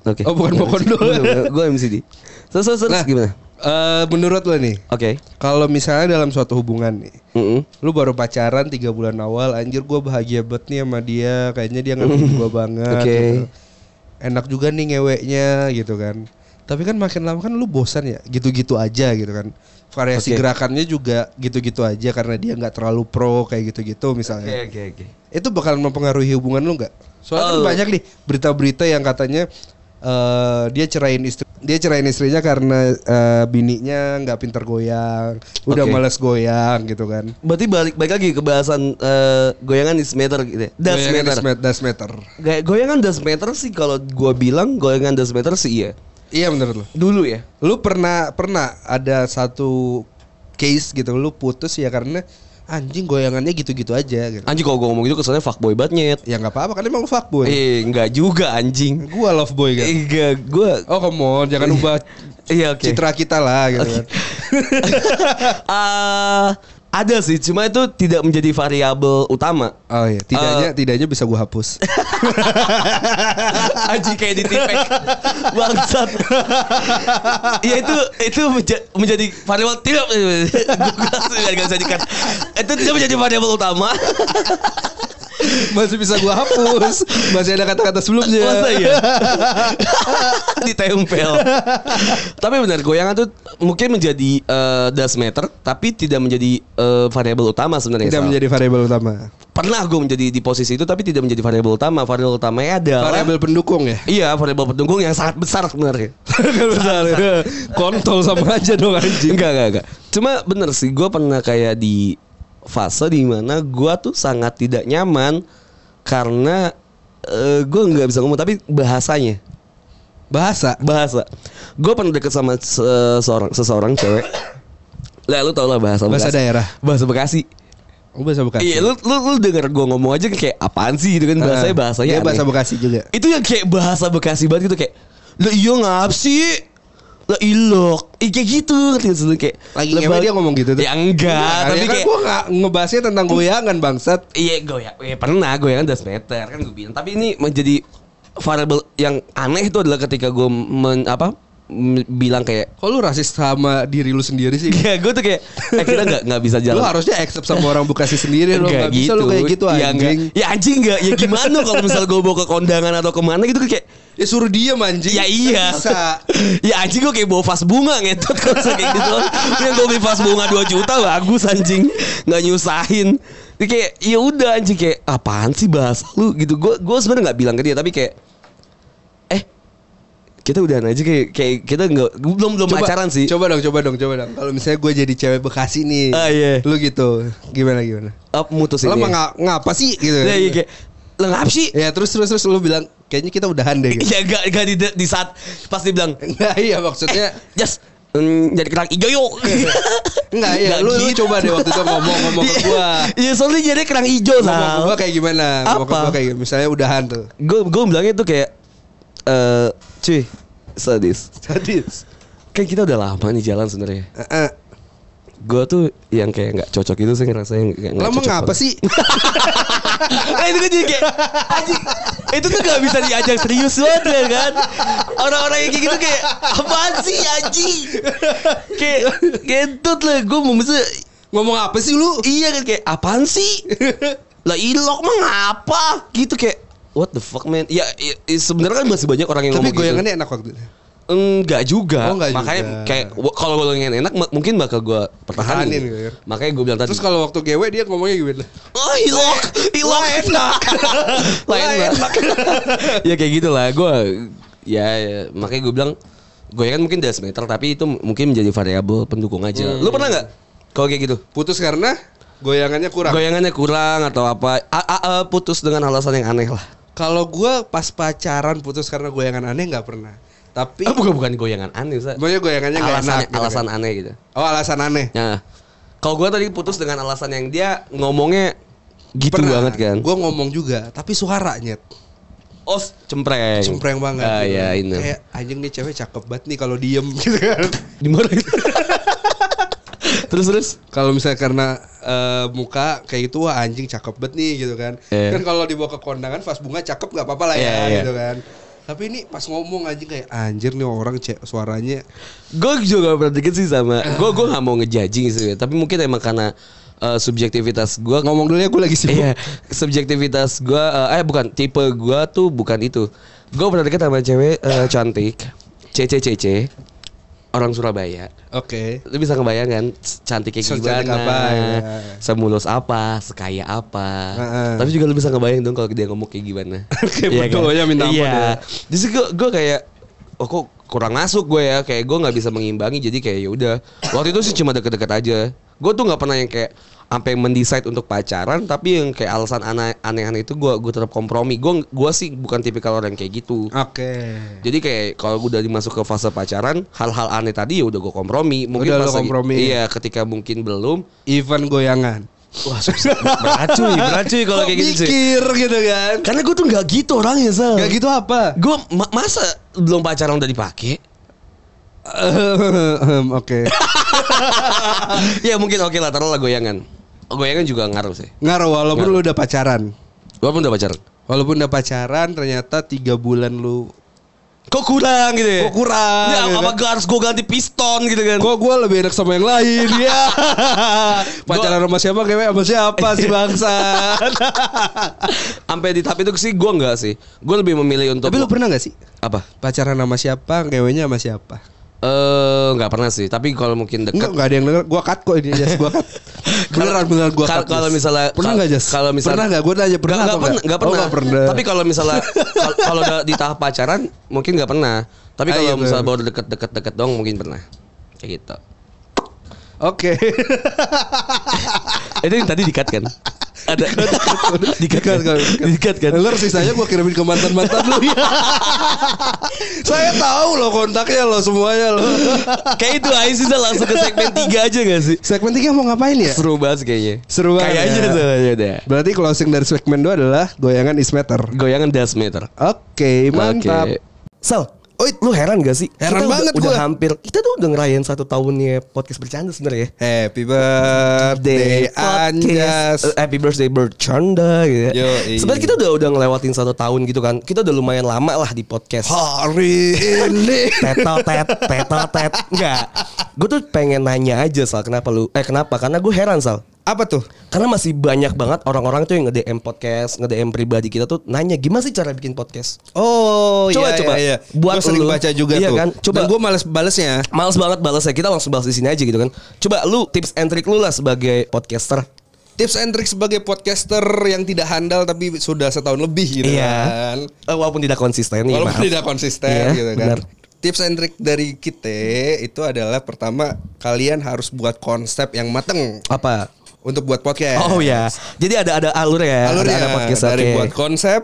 Speaker 2: Oke.
Speaker 3: Oh, bukan mau kondo.
Speaker 2: Gue MCD. Terus terus, terus
Speaker 3: Nah,
Speaker 2: gimana?
Speaker 3: eh, menurut lu nih,
Speaker 2: Oke.
Speaker 3: kalau misalnya dalam suatu hubungan nih,
Speaker 2: Mm-mm.
Speaker 3: lu baru pacaran tiga bulan awal anjir gua bahagia banget nih sama dia kayaknya dia
Speaker 2: *laughs*
Speaker 3: ngerti gua banget
Speaker 2: Oke.
Speaker 3: gitu. enak juga nih ngeweknya gitu kan tapi kan makin lama kan lu bosan ya gitu-gitu aja gitu kan variasi
Speaker 2: Oke.
Speaker 3: gerakannya juga gitu-gitu aja karena dia nggak terlalu pro kayak gitu-gitu
Speaker 2: oke
Speaker 3: misalnya
Speaker 2: oke.
Speaker 3: itu bakalan mempengaruhi hubungan lu nggak? Soalnya kan
Speaker 2: Oh.
Speaker 3: banyak nih berita-berita yang katanya eh, dia cerain istri dia cerain istrinya karena eh, bininya nggak pinter goyang, udah
Speaker 2: Oke.
Speaker 3: males goyang gitu kan.
Speaker 2: Berarti balik balik lagi ke bahasan eh, goyangan is matter gitu ya. Das
Speaker 3: Goyangan
Speaker 2: matter.
Speaker 3: is mat- does matter.
Speaker 2: Gay- goyangan das matter sih kalau gua bilang goyangan das matter sih iya.
Speaker 3: Iya menurut lu.
Speaker 2: Dulu ya.
Speaker 3: Lu pernah pernah ada satu case gitu lu putus ya karena anjing goyangannya gitu-gitu aja gitu.
Speaker 2: Anjing kalau gua ngomong gitu kesannya fuckboy banget nyet.
Speaker 3: Ya nggak apa-apa kan emang lu fuckboy.
Speaker 2: Eh, enggak juga anjing.
Speaker 3: Gua love boy kan.
Speaker 2: Iya, gua
Speaker 3: Oh come on, jangan ubah
Speaker 2: iya oke.
Speaker 3: *laughs* Oh, citra kita lah gitu
Speaker 2: *laughs*
Speaker 3: kan.
Speaker 2: Ah, ada sih, cuma itu tidak menjadi variabel
Speaker 3: *laughs*
Speaker 2: utama.
Speaker 3: Oh iya, tidaknya tidaknya bisa gua hapus.
Speaker 2: Aji kayak di tipek Bangsat Ya itu Itu menja- menjadi variabel Tidak Gue *laughs* gak bisa dikat Itu tidak menjadi variabel utama
Speaker 3: *laughs* Iya. Masih bisa gua hapus. *laughs* Masih ada kata-kata sebelumnya.
Speaker 2: Masa iya? *laughs* Ditempel Tapi benar Goyangan tuh Mungkin menjadi eh, Das meter Tapi tidak menjadi eh, Variabel utama sebenarnya
Speaker 3: Tidak
Speaker 2: Sal.
Speaker 3: menjadi variabel utama.
Speaker 2: Pernah gue menjadi di posisi itu Tapi tidak menjadi variabel utama Variabel utamanya adalah
Speaker 3: Variabel pendukung *laughs* ya.
Speaker 2: Iya, variabel pendukung yang sangat besar
Speaker 3: *laughs*
Speaker 2: sebenarnya.
Speaker 3: Kontol sama aja dong anjing.
Speaker 2: Enggak, enggak, enggak. Cuma bener sih, gue pernah kayak di fase dimana gue tuh sangat tidak nyaman karena gue nggak bisa ngomong tapi bahasanya
Speaker 3: Bahasa.
Speaker 2: bahasa gue pernah deket sama seseorang seseorang
Speaker 3: *coughs*
Speaker 2: cewek lah lu tau lah bahasa
Speaker 3: Bahasa
Speaker 2: Bekasi.
Speaker 3: daerah.
Speaker 2: bahasa Bekasi
Speaker 3: Oh, bahasa Bekasi.
Speaker 2: iya lu lu, lu denger gue ngomong aja kayak apaan sih gitu kan bahasanya
Speaker 3: Ah,
Speaker 2: bahasanya
Speaker 3: Dia bahasa
Speaker 2: aneh.
Speaker 3: Bekasi juga.
Speaker 2: itu yang kayak bahasa Bekasi banget gitu kayak lo iya ngap sih lo ilok Ih, kayak gitu ngerti nggak sih? Lu kayak
Speaker 3: Lagi
Speaker 2: lo
Speaker 3: ngewe
Speaker 2: bal-
Speaker 3: dia ngomong gitu tuh.
Speaker 2: ya enggak
Speaker 3: Nah,
Speaker 2: tapi
Speaker 3: ya kan
Speaker 2: kayak
Speaker 3: gua nggak ngebahasnya tentang goyangan bangsat.
Speaker 2: iya gue ya iya, pernah gue kan das meter kan gue bilang tapi ini menjadi variable yang aneh itu adalah ketika gue men, apa m- bilang kayak *laughs*
Speaker 3: Kok lu rasis sama diri lu sendiri sih?
Speaker 2: ya gue tuh kayak eh, kita nggak nggak bisa *laughs* jalan
Speaker 3: Lu harusnya accept sama orang Bekasi sendiri lu
Speaker 2: Enggak
Speaker 3: nggak bisa lu kayak gitu
Speaker 2: ya, enggak.
Speaker 3: anjing.
Speaker 2: ya anjing enggak ya gimana kalau misal gue bawa ke kondangan atau kemana gitu kayak
Speaker 3: Ya suruh diem anjing.
Speaker 2: Ya
Speaker 3: Kan
Speaker 2: iya. *laughs*
Speaker 3: Bisa.
Speaker 2: ya anjing gue kayak bawa vas bunga ngetot kalau misalnya kayak gitu. Yang gue beli vas bunga 2 juta bagus anjing. Nggak nyusahin. Dia kayak ya udah anjing kayak apaan sih bahasa lu gitu. Gue gue sebenarnya nggak bilang ke dia tapi kayak eh kita udahan aja kayak kayak kita nggak belum belum pacaran sih.
Speaker 3: Coba dong, coba dong, coba dong. Kalau misalnya gue jadi cewek Bekasi nih.
Speaker 2: Ah, iya.
Speaker 3: Lu gitu. Gimana gimana?
Speaker 2: Up mutusin
Speaker 3: Lo
Speaker 2: dia.
Speaker 3: mah nga- ngapa sih gitu.
Speaker 2: Nah, iya, kayak lengkap sih.
Speaker 3: Ya terus terus terus lu bilang kayaknya kita udahan deh *laughs* gitu.
Speaker 2: Ya gak, gak di, di saat pas dibilang
Speaker 3: Enggak iya maksudnya
Speaker 2: Yes mm, jadi kerang hijau yuk
Speaker 3: enggak iya
Speaker 2: Nggak
Speaker 3: lu, lu
Speaker 2: gitu.
Speaker 3: coba deh waktu itu ngomong ngomong ke gua.
Speaker 2: *laughs* Iya soalnya jadi kerang hijau
Speaker 3: Ngomong ke
Speaker 2: Sal.
Speaker 3: gua kayak gimana?
Speaker 2: Nah,
Speaker 3: Ngomong ke
Speaker 2: Apa?
Speaker 3: gua kayak gimana? misalnya udahan tuh.
Speaker 2: gue gue bilangnya tuh kayak eh cuy sadis
Speaker 3: Sadis.
Speaker 2: kan kita udah lama nih jalan sebenarnya
Speaker 3: Heeh.
Speaker 2: gue tuh yang kayak nggak cocok itu saya ngerasa yang nggak nggak
Speaker 3: Lah mau
Speaker 2: cocok
Speaker 3: ngapa
Speaker 2: banget. *laughs*
Speaker 3: sih?
Speaker 2: nah, itu kan jadi kayak anjing, itu tuh gak bisa diajak serius banget ya kan orang-orang yang kayak gitu kayak apaan sih anjing kayak kentut lah gue mau mesti
Speaker 3: Ngomong apa sih lu?
Speaker 2: iya kan kayak apaan sih lah ilok mah ngapa gitu kayak what the fuck man ya, ya sebenarnya kan masih banyak orang yang
Speaker 3: Tapi
Speaker 2: ngomong gitu.
Speaker 3: goyangannya enak waktu itu.
Speaker 2: Enggak juga.
Speaker 3: Oh, enggak
Speaker 2: Makanya
Speaker 3: juga.
Speaker 2: kayak w- kalau gue yang enak ma- mungkin bakal gue pertahanin.
Speaker 3: Pertahanin, Ger.
Speaker 2: Makanya gue bilang tadi.
Speaker 3: Terus kalau waktu gewe dia ngomongnya gimana?
Speaker 2: oh, ilok, ilok *laughs* enak. lah
Speaker 3: Lah,
Speaker 2: enak. *laughs* ya kayak gitulah gue ya, ya, makanya gue bilang gue kan mungkin das meter tapi itu m- mungkin menjadi variabel pendukung aja.
Speaker 3: Hmm.
Speaker 2: Lu pernah nggak kalau kayak gitu?
Speaker 3: Putus karena goyangannya kurang.
Speaker 2: Goyangannya kurang atau apa? A- a- a- putus dengan alasan yang aneh lah.
Speaker 3: Kalau gua pas pacaran putus karena goyangan aneh nggak pernah. Tapi
Speaker 2: Ah, bukan bukan goyangan aneh, Sa.
Speaker 3: Pokoknya goyangannya nggak
Speaker 2: alasan
Speaker 3: enak. gitu kan.
Speaker 2: alasan aneh gitu.
Speaker 3: Oh alasan aneh.
Speaker 2: Ya. Kalau gue tadi putus dengan alasan yang dia ngomongnya gitu banget kan.
Speaker 3: Gue ngomong juga, tapi suaranya
Speaker 2: Os cempreng.
Speaker 3: cempreng banget.
Speaker 2: Ah
Speaker 3: gitu.
Speaker 2: ya ini.
Speaker 3: Kayak anjing nih cewek cakep banget nih kalau diem *laughs* gitu kan. *laughs*
Speaker 2: Dimarahin. terus terus.
Speaker 3: Kalau misalnya karena eh, muka kayak gitu wah anjing cakep banget nih gitu kan.
Speaker 2: Iya.
Speaker 3: Kan kalau dibawa ke kondangan pas bunga cakep nggak apa-apa lah ya
Speaker 2: Iya, iya.
Speaker 3: gitu kan. Tapi ini pas ngomong anjing kayak anjir nih orang ce- suaranya
Speaker 2: Gue juga pernah dikit sih sama. Gue gue nggak mau ngejudging sih, tapi mungkin emang karena eh, subjektivitas gue
Speaker 3: ngomong dulu ya gue lagi sibuk.
Speaker 2: Iya, subjektivitas gue, eh bukan tipe gue tuh bukan itu. Gue pernah deket sama cewek eh, cantik, cccc, orang Surabaya
Speaker 3: Oke.
Speaker 2: lu bisa ngebayang kan cantiknya gimana
Speaker 3: Secantik apa, ya.
Speaker 2: semulus apa sekaya apa
Speaker 3: Heeh.
Speaker 2: tapi juga lu bisa ngebayang dong kalau dia ngomong kayak gimana
Speaker 3: *laughs* Kayak
Speaker 2: Iya
Speaker 3: betul ya, minta ampun
Speaker 2: iya
Speaker 3: ya.
Speaker 2: jadi gue gue kayak oh kok kurang masuk gue ya kayak gue nggak bisa mengimbangi jadi kayak ya udah waktu itu sih cuma deket-deket aja gue tuh nggak pernah yang kayak sampai mendesain untuk pacaran tapi yang kayak alasan ana- aneh-aneh itu gue gue tetap kompromi gue gue sih bukan tipikal orang kayak gitu
Speaker 3: Oke.
Speaker 2: jadi kayak kalau gue udah masuk ke fase pacaran, hal-hal aneh tadi ya udah gue kompromi. Mungkin
Speaker 3: Udah lo
Speaker 2: pas lagi-
Speaker 3: kompromi.
Speaker 2: Iya, ketika mungkin *laughs* belum.
Speaker 3: Even goyangan.
Speaker 2: Wah, susah. berat cuy, berat cuy kalau kayak gitu sih.
Speaker 3: Mikir gitu kan.
Speaker 2: Karena gue tuh nggak gitu orangnya, Sal.
Speaker 3: Gak gitu apa?
Speaker 2: Gue ma- masa belum pacaran udah *laughs* dipakai?
Speaker 3: Oke.
Speaker 2: ya mungkin oke lah, taruhlah goyangan. Goyangan juga ngaruh sih.
Speaker 3: Ngaruh walaupun lu udah pacaran.
Speaker 2: Walaupun udah pacaran.
Speaker 3: Walaupun udah pacaran ternyata tiga bulan lu
Speaker 2: Kok kurang gitu ya?
Speaker 3: Kok kurang,
Speaker 2: Ya,
Speaker 3: gitu
Speaker 2: apa gua harus gue ganti piston gitu kan?
Speaker 3: Kok gue lebih enak sama yang lain
Speaker 2: *laughs*
Speaker 3: ya Pacaran sama siapa Kewe sama siapa si
Speaker 2: *laughs*
Speaker 3: bangsa
Speaker 2: Sampai di tahap itu sih gue nggak sih. Gue lebih memilih untuk
Speaker 3: Tapi lu pernah gak sih
Speaker 2: apa?
Speaker 3: Pacaran sama siapa Kewenya sama siapa
Speaker 2: Eh, nggak pernah sih. Tapi kalau mungkin dekat
Speaker 3: Enggak, enggak ada yang denger Gue cut kok ini Jas
Speaker 2: *laughs*
Speaker 3: Gue cut Beneran beneran gue
Speaker 2: Kal-
Speaker 3: cut
Speaker 2: kalau
Speaker 3: Jas.
Speaker 2: misalnya
Speaker 3: Pernah
Speaker 2: kal-
Speaker 3: gak Jas
Speaker 2: kalau misalnya
Speaker 3: Pernah gak gue tanya pernah
Speaker 2: Nggak-
Speaker 3: atau
Speaker 2: nggak pernah nggak
Speaker 3: Oh,
Speaker 2: pernah.
Speaker 3: nggak pernah
Speaker 2: tapi kalau
Speaker 3: *laughs*
Speaker 2: misalnya kal- kalau udah di tahap pacaran mungkin nggak pernah tapi
Speaker 3: Ah,
Speaker 2: kalau
Speaker 3: iya, bener.
Speaker 2: misalnya baru deket-deket deket dong mungkin pernah kayak gitu
Speaker 3: Oke Eh,
Speaker 2: itu yang tadi dikat kan *laughs* ada *laughs* dikat kan dikat kan
Speaker 3: Ntar sisanya gue kirimin ke mantan-mantan lu
Speaker 2: *laughs*
Speaker 3: ya Saya tahu loh kontaknya lo semuanya lo
Speaker 2: kayak itu aja sih Zal. langsung ke segmen 3 aja gak sih
Speaker 3: Segmen 3 mau ngapain ya?
Speaker 2: seru banget kayaknya
Speaker 3: Seru banget
Speaker 2: kayaknya
Speaker 3: ya.
Speaker 2: tuh ya udah
Speaker 3: Berarti closing dari segmen 2 adalah goyangan is matter.
Speaker 2: goyangan das meter
Speaker 3: Oke, mantap.
Speaker 2: Oke.
Speaker 5: Sal, oi, lu heran gak sih?
Speaker 3: Heran
Speaker 5: kita
Speaker 3: banget
Speaker 5: udah, udah
Speaker 3: gua.
Speaker 5: hampir kita tuh udah ngerayain satu tahunnya podcast bercanda sebenarnya. ya.
Speaker 3: Happy birthday Anjas. iya.
Speaker 5: podcast, eh, happy birthday bercanda gitu. ya.
Speaker 3: Yoi.
Speaker 5: Sebenarnya kita udah udah ngelewatin satu tahun gitu kan. Kita udah lumayan lama lah di podcast.
Speaker 3: Hari
Speaker 5: *laughs*
Speaker 3: ini.
Speaker 5: Tetotet, tetotet, enggak. Gue tuh pengen nanya aja Sal, kenapa lu? Eh kenapa? Karena gue heran Sal.
Speaker 3: Apa tuh?
Speaker 5: Karena masih banyak banget orang-orang tuh yang nge-DM podcast, nge-DM pribadi kita tuh nanya gimana sih cara bikin podcast.
Speaker 3: Oh,
Speaker 5: Coba,
Speaker 3: iya,
Speaker 5: coba.
Speaker 3: iya, iya.
Speaker 5: Buat
Speaker 3: Gua sering
Speaker 5: lu.
Speaker 3: baca juga
Speaker 5: Iya
Speaker 3: tuh.
Speaker 5: kan? Coba.
Speaker 3: Dan gue males balesnya.
Speaker 5: Males banget balasnya. Kita langsung balas di sini aja gitu kan. Coba lu tips and trick lu lah sebagai podcaster.
Speaker 3: Tips and trick sebagai podcaster yang tidak handal tapi sudah setahun lebih gitu kan.
Speaker 5: Eh, Walaupun tidak konsisten ya,
Speaker 3: Walaupun
Speaker 5: maaf.
Speaker 3: tidak konsisten
Speaker 5: Iya,
Speaker 3: gitu kan.
Speaker 5: benar.
Speaker 3: Tips and trick dari kita itu adalah pertama kalian harus buat konsep yang mateng
Speaker 5: Apa?
Speaker 3: untuk buat podcast.
Speaker 5: Oh ya. Jadi ada ada alur ya.
Speaker 3: Eh. Alurnya
Speaker 5: ada, ada podcast
Speaker 3: dari
Speaker 5: oke.
Speaker 3: buat konsep,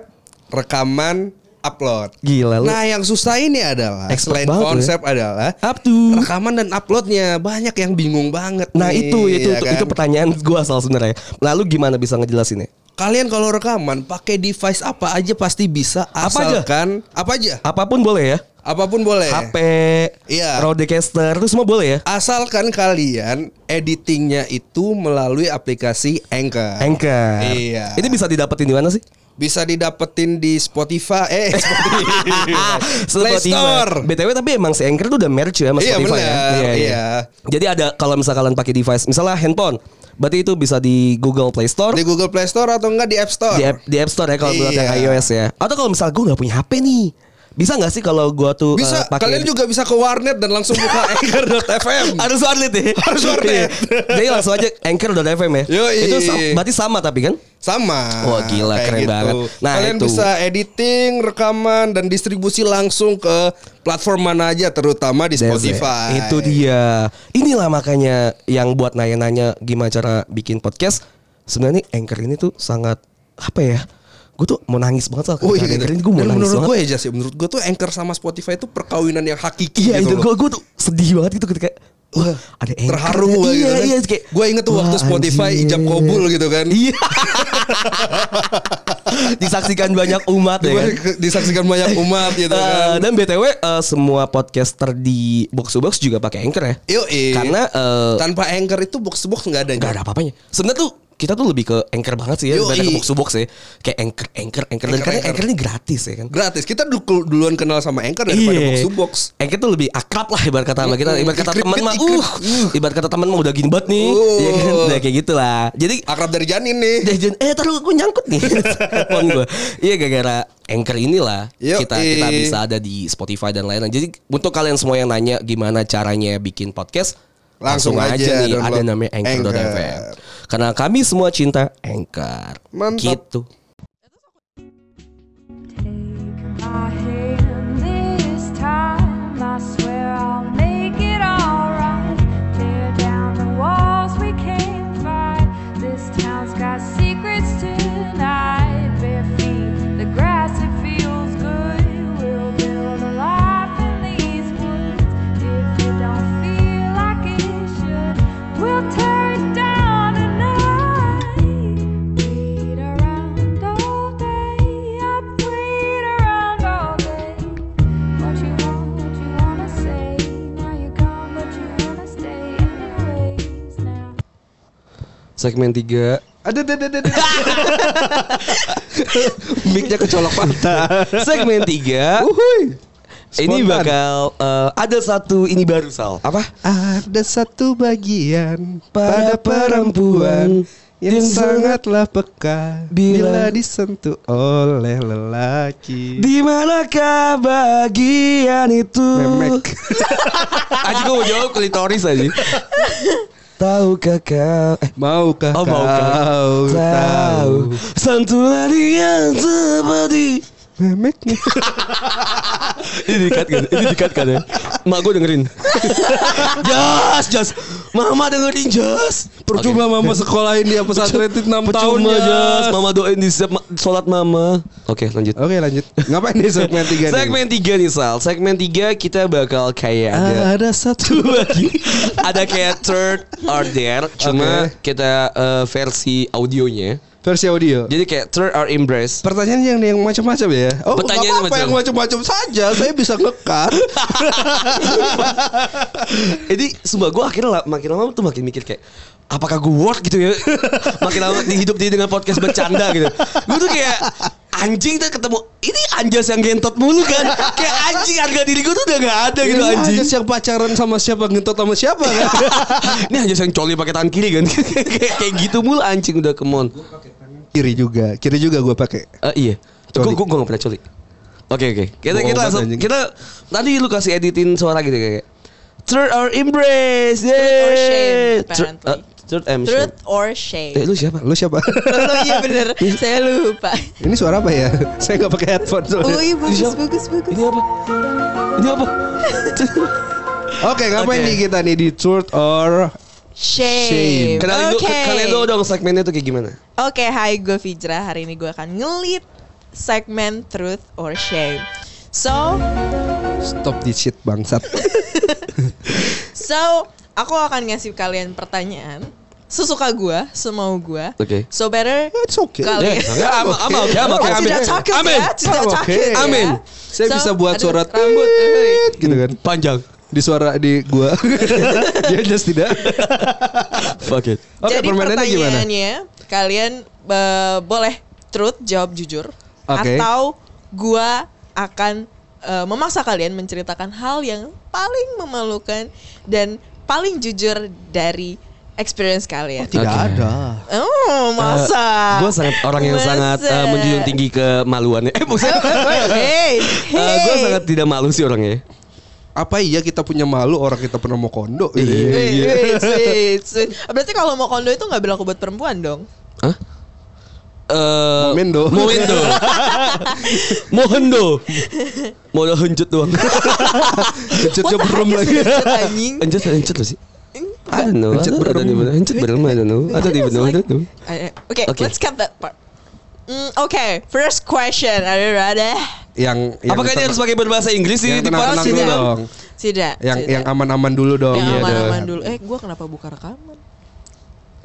Speaker 3: rekaman, upload.
Speaker 5: Gila, lu-
Speaker 3: Nah, yang susah ini adalah
Speaker 5: Expert
Speaker 3: selain
Speaker 5: banget lu ya.
Speaker 3: konsep adalah
Speaker 5: Up to-
Speaker 3: rekaman dan uploadnya banyak yang bingung banget.
Speaker 5: Nah
Speaker 3: nih,
Speaker 5: itu itu
Speaker 3: ya
Speaker 5: itu,
Speaker 3: kan?
Speaker 5: itu pertanyaan gua asal sebenarnya. Lalu gimana bisa ngejelasinnya?
Speaker 3: Kalian kalau rekaman pakai device apa aja pasti bisa
Speaker 5: Apa aja?
Speaker 3: asalkan apa aja?
Speaker 5: Apapun boleh ya.
Speaker 3: Apapun boleh.
Speaker 5: HP,
Speaker 3: Eh. Iya.
Speaker 5: Rodecaster itu semua boleh ya.
Speaker 3: Asalkan kalian editingnya itu melalui aplikasi Anchor.
Speaker 5: Anchor.
Speaker 3: Iya.
Speaker 5: Ini bisa didapetin di mana sih?
Speaker 3: Bisa didapetin di Spotify, eh *laughs* Spotify. Play
Speaker 5: Spotify.
Speaker 3: Store.
Speaker 5: BTW tapi emang si Anchor tuh udah merge ya sama
Speaker 3: Iya,
Speaker 5: Spotify ya.
Speaker 3: benar, iya.
Speaker 5: Jadi ada kalau misal kalian pakai device, misalnya handphone, berarti itu bisa di Google Play Store,
Speaker 3: Di
Speaker 5: di,
Speaker 3: Google Play Store atau enggak di App Store?
Speaker 5: app di App Store ya kalau buat yang
Speaker 3: Iya.
Speaker 5: iOS ya. Atau kalau misal gue nggak punya HP nih, bisa nggak sih kalau gue tuh eh,
Speaker 3: Bisa,
Speaker 5: pakai-
Speaker 3: kalian juga bisa ke warnet dan langsung
Speaker 5: *laughs*
Speaker 3: buka anchor.fm.
Speaker 5: harus warnet ya
Speaker 3: *laughs* Harus warnet.
Speaker 5: Iya. Jadi langsung aja anchor.fm ya
Speaker 3: Yoi.
Speaker 5: Itu sa- berarti sama tapi kan
Speaker 3: Sama.
Speaker 5: Wah,
Speaker 3: kayak
Speaker 5: gila,
Speaker 3: gitu.
Speaker 5: keren banget. Nah,
Speaker 3: kalian
Speaker 5: itu.
Speaker 3: bisa editing, rekaman dan distribusi langsung ke platform mana aja terutama di
Speaker 5: That's it.
Speaker 3: Spotify.
Speaker 5: Itu dia. Inilah makanya yang buat nanya-nanya gimana cara bikin podcast. Sebenarnya nih, Anchor ini tuh sangat apa ya? Gue tuh mau nangis banget soal
Speaker 3: Oh iya.
Speaker 5: kedengeran Anchor ini gue mau
Speaker 3: Dan
Speaker 5: nangis
Speaker 3: menurut
Speaker 5: banget.
Speaker 3: gue ya Jas, ya, menurut gue tuh Anchor sama Spotify itu perkawinan yang hakiki
Speaker 5: Iya
Speaker 3: gitu
Speaker 5: itu
Speaker 3: loh.
Speaker 5: gue gue tuh sedih banget gitu ketika Wah, ada Anchor
Speaker 3: Terharu
Speaker 5: ya.
Speaker 3: gue
Speaker 5: iya,
Speaker 3: gitu kan.
Speaker 5: iya, kayak,
Speaker 3: Gue inget tuh
Speaker 5: wah,
Speaker 3: waktu Spotify
Speaker 5: anjir.
Speaker 3: ijab kobul gitu kan.
Speaker 5: Iya. *laughs* Disaksikan banyak
Speaker 3: *laughs*
Speaker 5: umat ya kan.
Speaker 3: Gua disaksikan banyak umat gitu
Speaker 5: *laughs* Eh,
Speaker 3: kan.
Speaker 5: dan btw eh, semua podcaster di box to box juga pakai anchor ya.
Speaker 3: Yoi.
Speaker 5: Karena eh,
Speaker 3: Kan tanpa anchor itu box to box nggak ada.
Speaker 5: nggak ada apa-apanya. Sebenarnya tuh kita tuh lebih ke anchor banget sih ya,
Speaker 3: Yoi.
Speaker 5: daripada ke box to box ya. Kayak anchor, anchor, anchor. Dan
Speaker 3: Anchor,
Speaker 5: karena
Speaker 3: anchor.
Speaker 5: anchor ini gratis ya kan. Iya.
Speaker 3: Gratis. Kita du- duluan kenal sama Anchor daripada box to box. Iya,
Speaker 5: Anchor tuh lebih akrab lah ibarat kata sama kita. Ibarat kata
Speaker 3: Dikripit,
Speaker 5: teman mah,
Speaker 3: dikrip.
Speaker 5: uh, ibarat kata teman mah udah gini banget nih. Iya kan?
Speaker 3: Uh.
Speaker 5: Nah, kayak gitu lah. Jadi
Speaker 3: Akrab dari janin nih.
Speaker 5: jajan eh taruh gue nyangkut nih *laughs* telepon gue iya gara-gara anchor inilah
Speaker 3: Yoi.
Speaker 5: kita kita bisa ada di Spotify dan lain-lain jadi untuk kalian semua yang nanya gimana caranya bikin podcast
Speaker 3: Langsung
Speaker 5: langsung, aja,
Speaker 3: aja
Speaker 5: nih
Speaker 3: download
Speaker 5: ada namanya anchor.fm
Speaker 3: Anchor.
Speaker 5: karena kami semua cinta anchor
Speaker 3: Mantap.
Speaker 5: gitu
Speaker 4: Take my hand this time. I swear I'll make it alright. Tear down the walls we can't fight. This town's got secrets tonight. Bare feet, the grass it feels good. We'll build a life in these woods. If you don't feel like it should, we'll tear it down tonight. Wait around all day. I'd wait around all day. What you want, what you wanna say. Now you're gone, but you wanna stay anyways now.
Speaker 5: segmen 3
Speaker 3: Ada ada ada ada.
Speaker 2: Mic-nya kecolok mata. Segmen 3. Ini
Speaker 3: Spontan.
Speaker 2: bakal eh, ada satu ini baru Sal.
Speaker 3: Apa? Ada satu bagian
Speaker 2: pada
Speaker 3: pada perempuan
Speaker 2: perempuan
Speaker 3: yang
Speaker 2: yang
Speaker 3: sangatlah peka
Speaker 2: bila
Speaker 3: bila disentuh Oh, oleh lelaki.
Speaker 2: Di manakah bagian itu?
Speaker 3: Memek.
Speaker 2: Aji gue mau jawab klitoris aja.
Speaker 5: tahukah kau eh,
Speaker 3: Maukah
Speaker 2: Oh,
Speaker 3: kau
Speaker 2: maukah.
Speaker 3: tahu
Speaker 5: tahu santunan yang seperti
Speaker 3: memeknya?
Speaker 2: *laughs* Ini dikat kan? Ini dikat kan ya? Mak gue dengerin. *laughs* Jas, jas. Mama dengerin jas.
Speaker 3: Percuma mama sekolahin dia pesantren itu 6 tahun
Speaker 2: Percuma jas.
Speaker 3: ya.
Speaker 2: Mama doain di setiap ma- sholat mama. Oke lanjut.
Speaker 3: Oke lanjut. Ngapain nih segmen 3 nih?
Speaker 2: Segmen 3 nih Sal. Segmen 3 kita bakal kayak ada
Speaker 3: Ah, ada satu lagi. Ah.
Speaker 2: ada kayak third or there cuma kita eh, versi audionya
Speaker 3: Versi audio.
Speaker 2: jadi kayak third or embrace
Speaker 3: Pertanyaan yang yang macam-macam ya. Oh,
Speaker 2: Pertanyaan
Speaker 3: nggak apa-apa
Speaker 2: macam.
Speaker 3: yang macam-macam saja. Saya bisa ngekat.
Speaker 2: jadi sumpah gue akhirnya la- makin lama tuh makin mikir kayak apakah gue worth gitu ya *laughs* makin lama di hidup dia dengan podcast bercanda gitu gue tuh kayak anjing tuh ketemu ini anjas yang gentot mulu kan kayak anjing harga diri gue tuh udah gak ada gitu
Speaker 3: Ini
Speaker 2: anjing
Speaker 3: aja siapa pacaran sama siapa ngentot sama siapa kan?
Speaker 2: *laughs* ini anjas yang coli pakai tangan kiri kan *laughs* kayak kayak gitu mulu anjing udah come on
Speaker 3: kiri juga. Kiri juga gue pakai.
Speaker 2: Eh iya.
Speaker 3: Coli.
Speaker 2: Gue gue gak pernah coli. Oke oke. Kita
Speaker 3: Bohong
Speaker 2: kita
Speaker 3: banget,
Speaker 2: Gitu, langsung
Speaker 3: anjing.
Speaker 2: kita tadi lu kasih editin suara gitu kayak. kayak, Third or embrace. Third
Speaker 6: or shame,
Speaker 2: Third,
Speaker 6: apparently.
Speaker 2: eh, third and shame.
Speaker 6: Truth or
Speaker 2: Eh
Speaker 6: shame?
Speaker 2: lu siapa?
Speaker 3: Lu siapa?
Speaker 6: *laughs*
Speaker 3: *laughs*
Speaker 6: Oh iya bener, saya lupa.
Speaker 3: Ini suara apa ya? *laughs* Saya nggak pakai headphone
Speaker 6: Oh
Speaker 3: soalnya.
Speaker 6: iya bagus, bagus, bagus.
Speaker 2: Ini apa? Ini apa?
Speaker 3: *laughs* Oke, ngapain
Speaker 2: Oke.
Speaker 3: nih kita nih di truth or
Speaker 6: Shame.
Speaker 2: Kenalin dulu,
Speaker 6: Eh, Oke.
Speaker 2: kenalin dulu dong segmennya tuh kayak gimana?
Speaker 6: Oke, hai gue Fijra. Hari ini gue akan ngelit segmen Truth or Shame. So,
Speaker 3: stop this shit bangsat.
Speaker 6: so aku akan ngasih kalian pertanyaan sesuka gue, semau gue.
Speaker 2: Oke.
Speaker 6: So better
Speaker 3: It's okay.
Speaker 6: kalian.
Speaker 2: Ya, I'm I'm okay, I'm okay.
Speaker 6: Oh,
Speaker 2: Amin.
Speaker 6: tidak cakep
Speaker 2: Amin.
Speaker 6: ya, tidak
Speaker 3: I'm
Speaker 6: cakep
Speaker 3: okay.
Speaker 6: ya.
Speaker 2: Amin.
Speaker 3: Saya bisa buat
Speaker 6: aduh,
Speaker 3: suara
Speaker 6: rambut. eh.
Speaker 3: tweet gitu kan.
Speaker 2: Panjang.
Speaker 3: Di suara di *laughs* gua. Dia just tidak.
Speaker 2: Fuck it.
Speaker 3: Oke,
Speaker 6: Jadi
Speaker 3: permainannya gimana?
Speaker 6: pertanyaannya kalian eh, boleh truth jawab jujur
Speaker 3: Oke.
Speaker 2: Eh,
Speaker 6: atau gua akan eh, memaksa kalian menceritakan hal yang paling memalukan dan paling jujur dari experience kalian.
Speaker 3: Tidak
Speaker 2: Oke.
Speaker 3: ada.
Speaker 6: Oh, masa?
Speaker 2: Gue Eh, sangat orang yang
Speaker 6: Masa?
Speaker 2: sangat eh, menjunjung tinggi kemaluannya. Eh bukan.
Speaker 6: Hey,
Speaker 2: gue
Speaker 6: hey.
Speaker 2: sangat tidak malu sih orangnya.
Speaker 3: Apa iya kita punya malu orang kita pernah mau kondo? gitu ya? Eh,
Speaker 2: Iya.
Speaker 6: Wait, wait, wait, wait. Berarti kalau mau kondo itu nggak berlaku buat perempuan dong?
Speaker 2: Hah? Eh,
Speaker 3: Momendo.
Speaker 2: Momendo. *laughs* Mohendo. Mau udah hencut
Speaker 3: *laughs*
Speaker 2: doang.
Speaker 3: Kecutnya
Speaker 6: What the
Speaker 3: berem
Speaker 6: heck is
Speaker 3: lagi.
Speaker 6: that, anjing?
Speaker 2: Hencut hencut loh sih. I don't know.
Speaker 3: Hencut
Speaker 2: Hencut
Speaker 3: berem.
Speaker 2: berem. Hencut berem I don't know. I don't even know. I don't know.
Speaker 6: I- Okay,
Speaker 2: Okay.
Speaker 6: let's cut that part. Mm, okay, first question. Are you ready?
Speaker 3: Yang yang
Speaker 2: Apakah ini
Speaker 3: tenang-
Speaker 2: harus pakai berbahasa Inggris
Speaker 3: Iya, yang
Speaker 2: sih? Di
Speaker 3: tenang,
Speaker 2: panas
Speaker 3: tenang
Speaker 2: ini,
Speaker 3: dulu
Speaker 2: Bang?
Speaker 3: dong.
Speaker 6: Tidak.
Speaker 3: Yang
Speaker 6: tidak.
Speaker 3: yang aman-aman dulu dong.
Speaker 6: Yang
Speaker 2: Iya
Speaker 6: aman-aman
Speaker 2: dong.
Speaker 6: dulu. Eh, gua kenapa buka rekaman?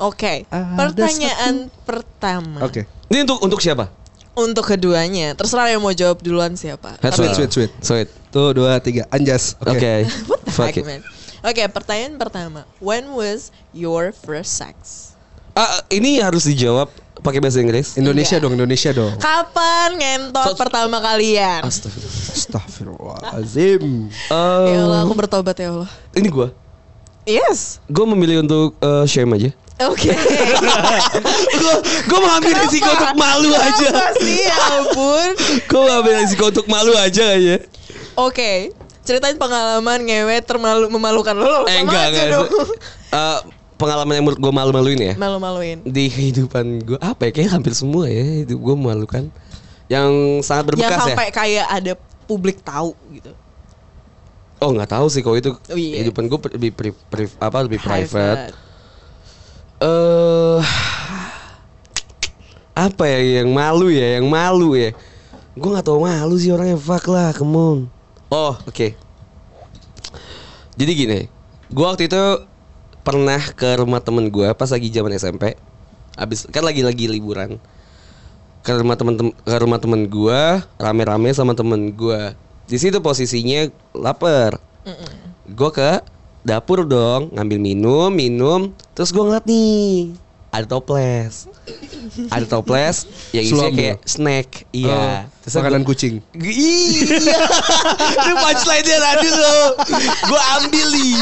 Speaker 6: Oke, pertanyaan pertama.
Speaker 3: Oke.
Speaker 2: Ini untuk untuk siapa?
Speaker 6: Untuk keduanya, terserah yang mau jawab duluan siapa.
Speaker 2: Head
Speaker 3: Sweet, sweet, sweet.
Speaker 2: Sweet.
Speaker 3: Tuh dua tiga. Anjas. Oke.
Speaker 2: Oke.
Speaker 6: What the
Speaker 2: Fuck it.
Speaker 6: heck, man? Oke, pertanyaan pertama. When was your first sex?
Speaker 2: Ah, ini harus dijawab pakai bahasa Inggris.
Speaker 3: Indonesia dong, Indonesia dong.
Speaker 6: Kapan ngentot pertama kalian?
Speaker 2: Astagfirullah.
Speaker 3: Astagfirullahalazim.
Speaker 2: Eh,
Speaker 6: Ya Allah, aku bertobat ya Allah.
Speaker 2: ini gua.
Speaker 6: Yes.
Speaker 2: Gua memilih untuk eh, shame aja. *laughs*
Speaker 6: Oke.
Speaker 2: gua gua mengambil risiko
Speaker 6: Kenapa?
Speaker 2: untuk malu aja.
Speaker 6: Kenapa sih, ya ampun.
Speaker 2: Gua mengambil risiko untuk malu aja kayaknya.
Speaker 6: Oke. Ceritain pengalaman ngewe termalu memalukan lo.
Speaker 2: Eh,
Speaker 6: Sama
Speaker 2: enggak,
Speaker 6: aja
Speaker 2: enggak.
Speaker 6: dong.
Speaker 2: Eh, pengalaman yang menurut gua malu-maluin ya.
Speaker 6: Malu-maluin.
Speaker 2: Di kehidupan gua apa ya? Kayaknya hampir semua ya hidup gua memalukan. Yang sangat berbekas
Speaker 6: Yang
Speaker 2: ya.
Speaker 6: sampai kayak ada publik tahu gitu.
Speaker 2: Oh nggak tahu sih kalau itu
Speaker 6: Oh, iya.
Speaker 2: kehidupan gue lebih pri- pri- apa lebih private.
Speaker 6: Private.
Speaker 2: Eh apa ya yang malu ya yang malu ya. Gue nggak tahu malu sih orangnya fuck lah, come on. Oh oke. Jadi gini, gue waktu itu pernah ke rumah temen gue pas lagi zaman SMP. Abis kan lagi-lagi liburan ke rumah temen tem- ke rumah temen gue rame-rame sama temen gue di situ posisinya lapar gue ke dapur dong ngambil minum minum terus gue ngeliat nih ada toples ada toples yang isinya
Speaker 3: Suam
Speaker 2: kayak snack iya Terus gua-
Speaker 3: Oh, Makanan kucing.
Speaker 2: Iya. Lu punchline-nya tadi lo. Gua ambil nih.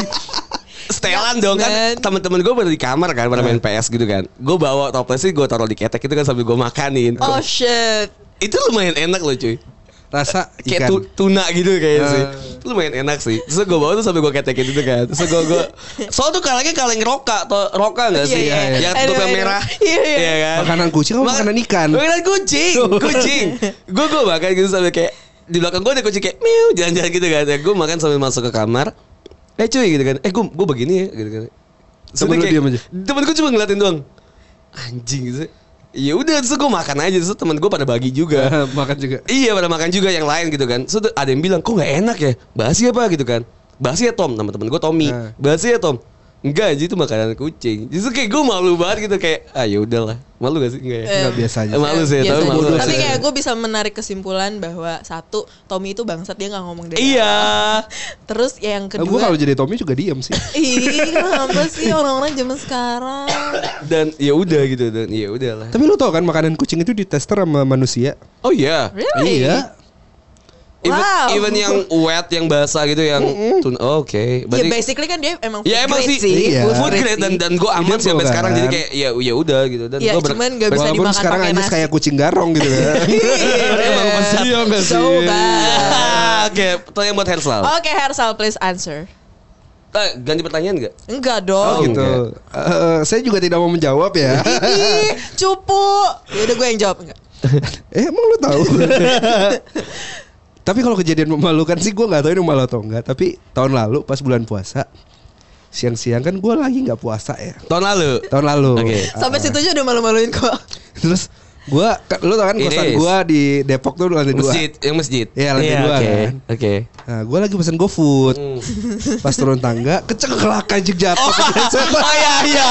Speaker 2: Setelan dong kan teman-teman gue pada di kamar kan pada main PS gitu kan. Gue bawa toplesnya gue taruh di ketek itu kan sambil gue makanin.
Speaker 6: Oh shit.
Speaker 2: Itu lumayan enak loh cuy.
Speaker 3: Rasa
Speaker 2: Kayak
Speaker 3: ikan. *laughs*
Speaker 2: tu- tuna gitu kayaknya
Speaker 3: Eh.
Speaker 2: sih. Itu lumayan enak sih. Terus gue bawa tuh sampai gue ketekin itu kan. Terus gue
Speaker 6: *laughs*
Speaker 2: gue soal tuh kalengnya kaleng roka atau roka enggak sih?
Speaker 6: Iya, iya, iya.
Speaker 2: Yang tutupnya
Speaker 6: Aduh, aduh.
Speaker 2: merah.
Speaker 6: *laughs* Iya, iya.
Speaker 2: kan?
Speaker 3: Makanan kucing apa
Speaker 2: Mak-
Speaker 3: makanan ikan?
Speaker 2: Makanan kucing,
Speaker 3: *laughs*
Speaker 2: kucing. Gue gue makan gitu sambil kayak di belakang gue ada kucing kayak meow jalan-jalan gitu kan. Gue makan sambil masuk ke kamar. Eh cuy gitu kan. Eh gue gue begini ya gitu kan.
Speaker 3: Temen lu diem aja?
Speaker 2: Temen gue cuma ngeliatin doang. Anjing gitu. Ya udah terus gue makan aja terus temen gue pada bagi juga.
Speaker 3: Makan juga.
Speaker 2: Iya pada makan juga yang lain gitu kan so, ada yang bilang kok nggak enak ya Basi apa gitu kan Basi ya Tom teman-teman gue Tommy
Speaker 3: Eh.
Speaker 6: Nah.
Speaker 2: Basi ya Tom Enggak anjir itu makanan kucing Justru kayak gue malu banget gitu Kayak ah udahlah Malu gak sih enggak ya
Speaker 6: Iya.
Speaker 3: Enggak biasa aja.
Speaker 2: Eh, Malu sih
Speaker 6: Biasa
Speaker 2: tapi
Speaker 6: aja.
Speaker 2: malu
Speaker 6: Iya Tapi
Speaker 2: sih.
Speaker 6: kayak gue bisa menarik kesimpulan bahwa satu Tommy itu bangsat dia nggak ngomong dari
Speaker 2: Iya
Speaker 6: Terus ya yang kedua
Speaker 3: gue kalau jadi Tommy juga diem sih.
Speaker 6: Ih kenapa sih orang-orang zaman sekarang
Speaker 2: Dan ya udah gitu Dan ya udahlah
Speaker 3: Tapi lu tau kan makanan kucing itu ditester sama manusia.
Speaker 2: Oh iya
Speaker 6: Really?
Speaker 3: Iya.
Speaker 2: even,
Speaker 6: Wow.
Speaker 2: even yang wet Yang basah gitu Yang tun- oh, Oke
Speaker 6: Ya
Speaker 2: Berarti-
Speaker 6: basically kan dia emang
Speaker 2: Ya emang sih,
Speaker 3: Iya.
Speaker 2: food grade dan dan gue aman
Speaker 3: Edible
Speaker 2: sampai sekarang jadi
Speaker 3: kan.
Speaker 2: kayak ya ya udah gitu dan
Speaker 6: Ya,
Speaker 2: gue ber-
Speaker 6: cuman nggak bisa
Speaker 3: Walaupun
Speaker 6: dimakan
Speaker 3: sekarang
Speaker 6: pakai
Speaker 3: anjing
Speaker 6: nasi.
Speaker 3: kayak kucing garong gitu kan.
Speaker 2: Emang bangsat.
Speaker 3: Iya
Speaker 6: *laughs*
Speaker 3: nggak
Speaker 6: So
Speaker 3: sih? Iya.
Speaker 6: bad
Speaker 2: Ah, Oke, pertanyaan buat Hersal.
Speaker 6: Oke Hersal please answer
Speaker 2: Eh, ganti pertanyaan nggak?
Speaker 6: Enggak
Speaker 3: Oh,
Speaker 6: dong
Speaker 3: gitu. Eh, saya juga tidak mau menjawab ya.
Speaker 6: Ih, cupu Yaudah gue yang jawab enggak
Speaker 3: eh emang lu *laughs* tahu? tapi kalau kejadian memalukan sih gue nggak tahu ini malu atau enggak. Tapi tahun lalu pas bulan puasa siang-siang kan gue lagi nggak puasa ya.
Speaker 2: Tahun lalu.
Speaker 3: Tahun lalu.
Speaker 2: Oke.
Speaker 3: Ah.
Speaker 6: Sampai situ aja udah malu-maluin kok
Speaker 3: *laughs* Terus gue, lu tau kan kosan
Speaker 2: Iris.
Speaker 3: gue di Depok tuh ada dua.
Speaker 2: Masjid, yang masjid.
Speaker 3: Iya, lantai dua
Speaker 2: Oke.
Speaker 3: kan.
Speaker 2: Oke.
Speaker 3: Nah, gue lagi pesen GoFood.
Speaker 2: Hmm.
Speaker 3: *laughs* Pas turun tangga, keceklak anjing jatuh.
Speaker 2: Oh iya iya.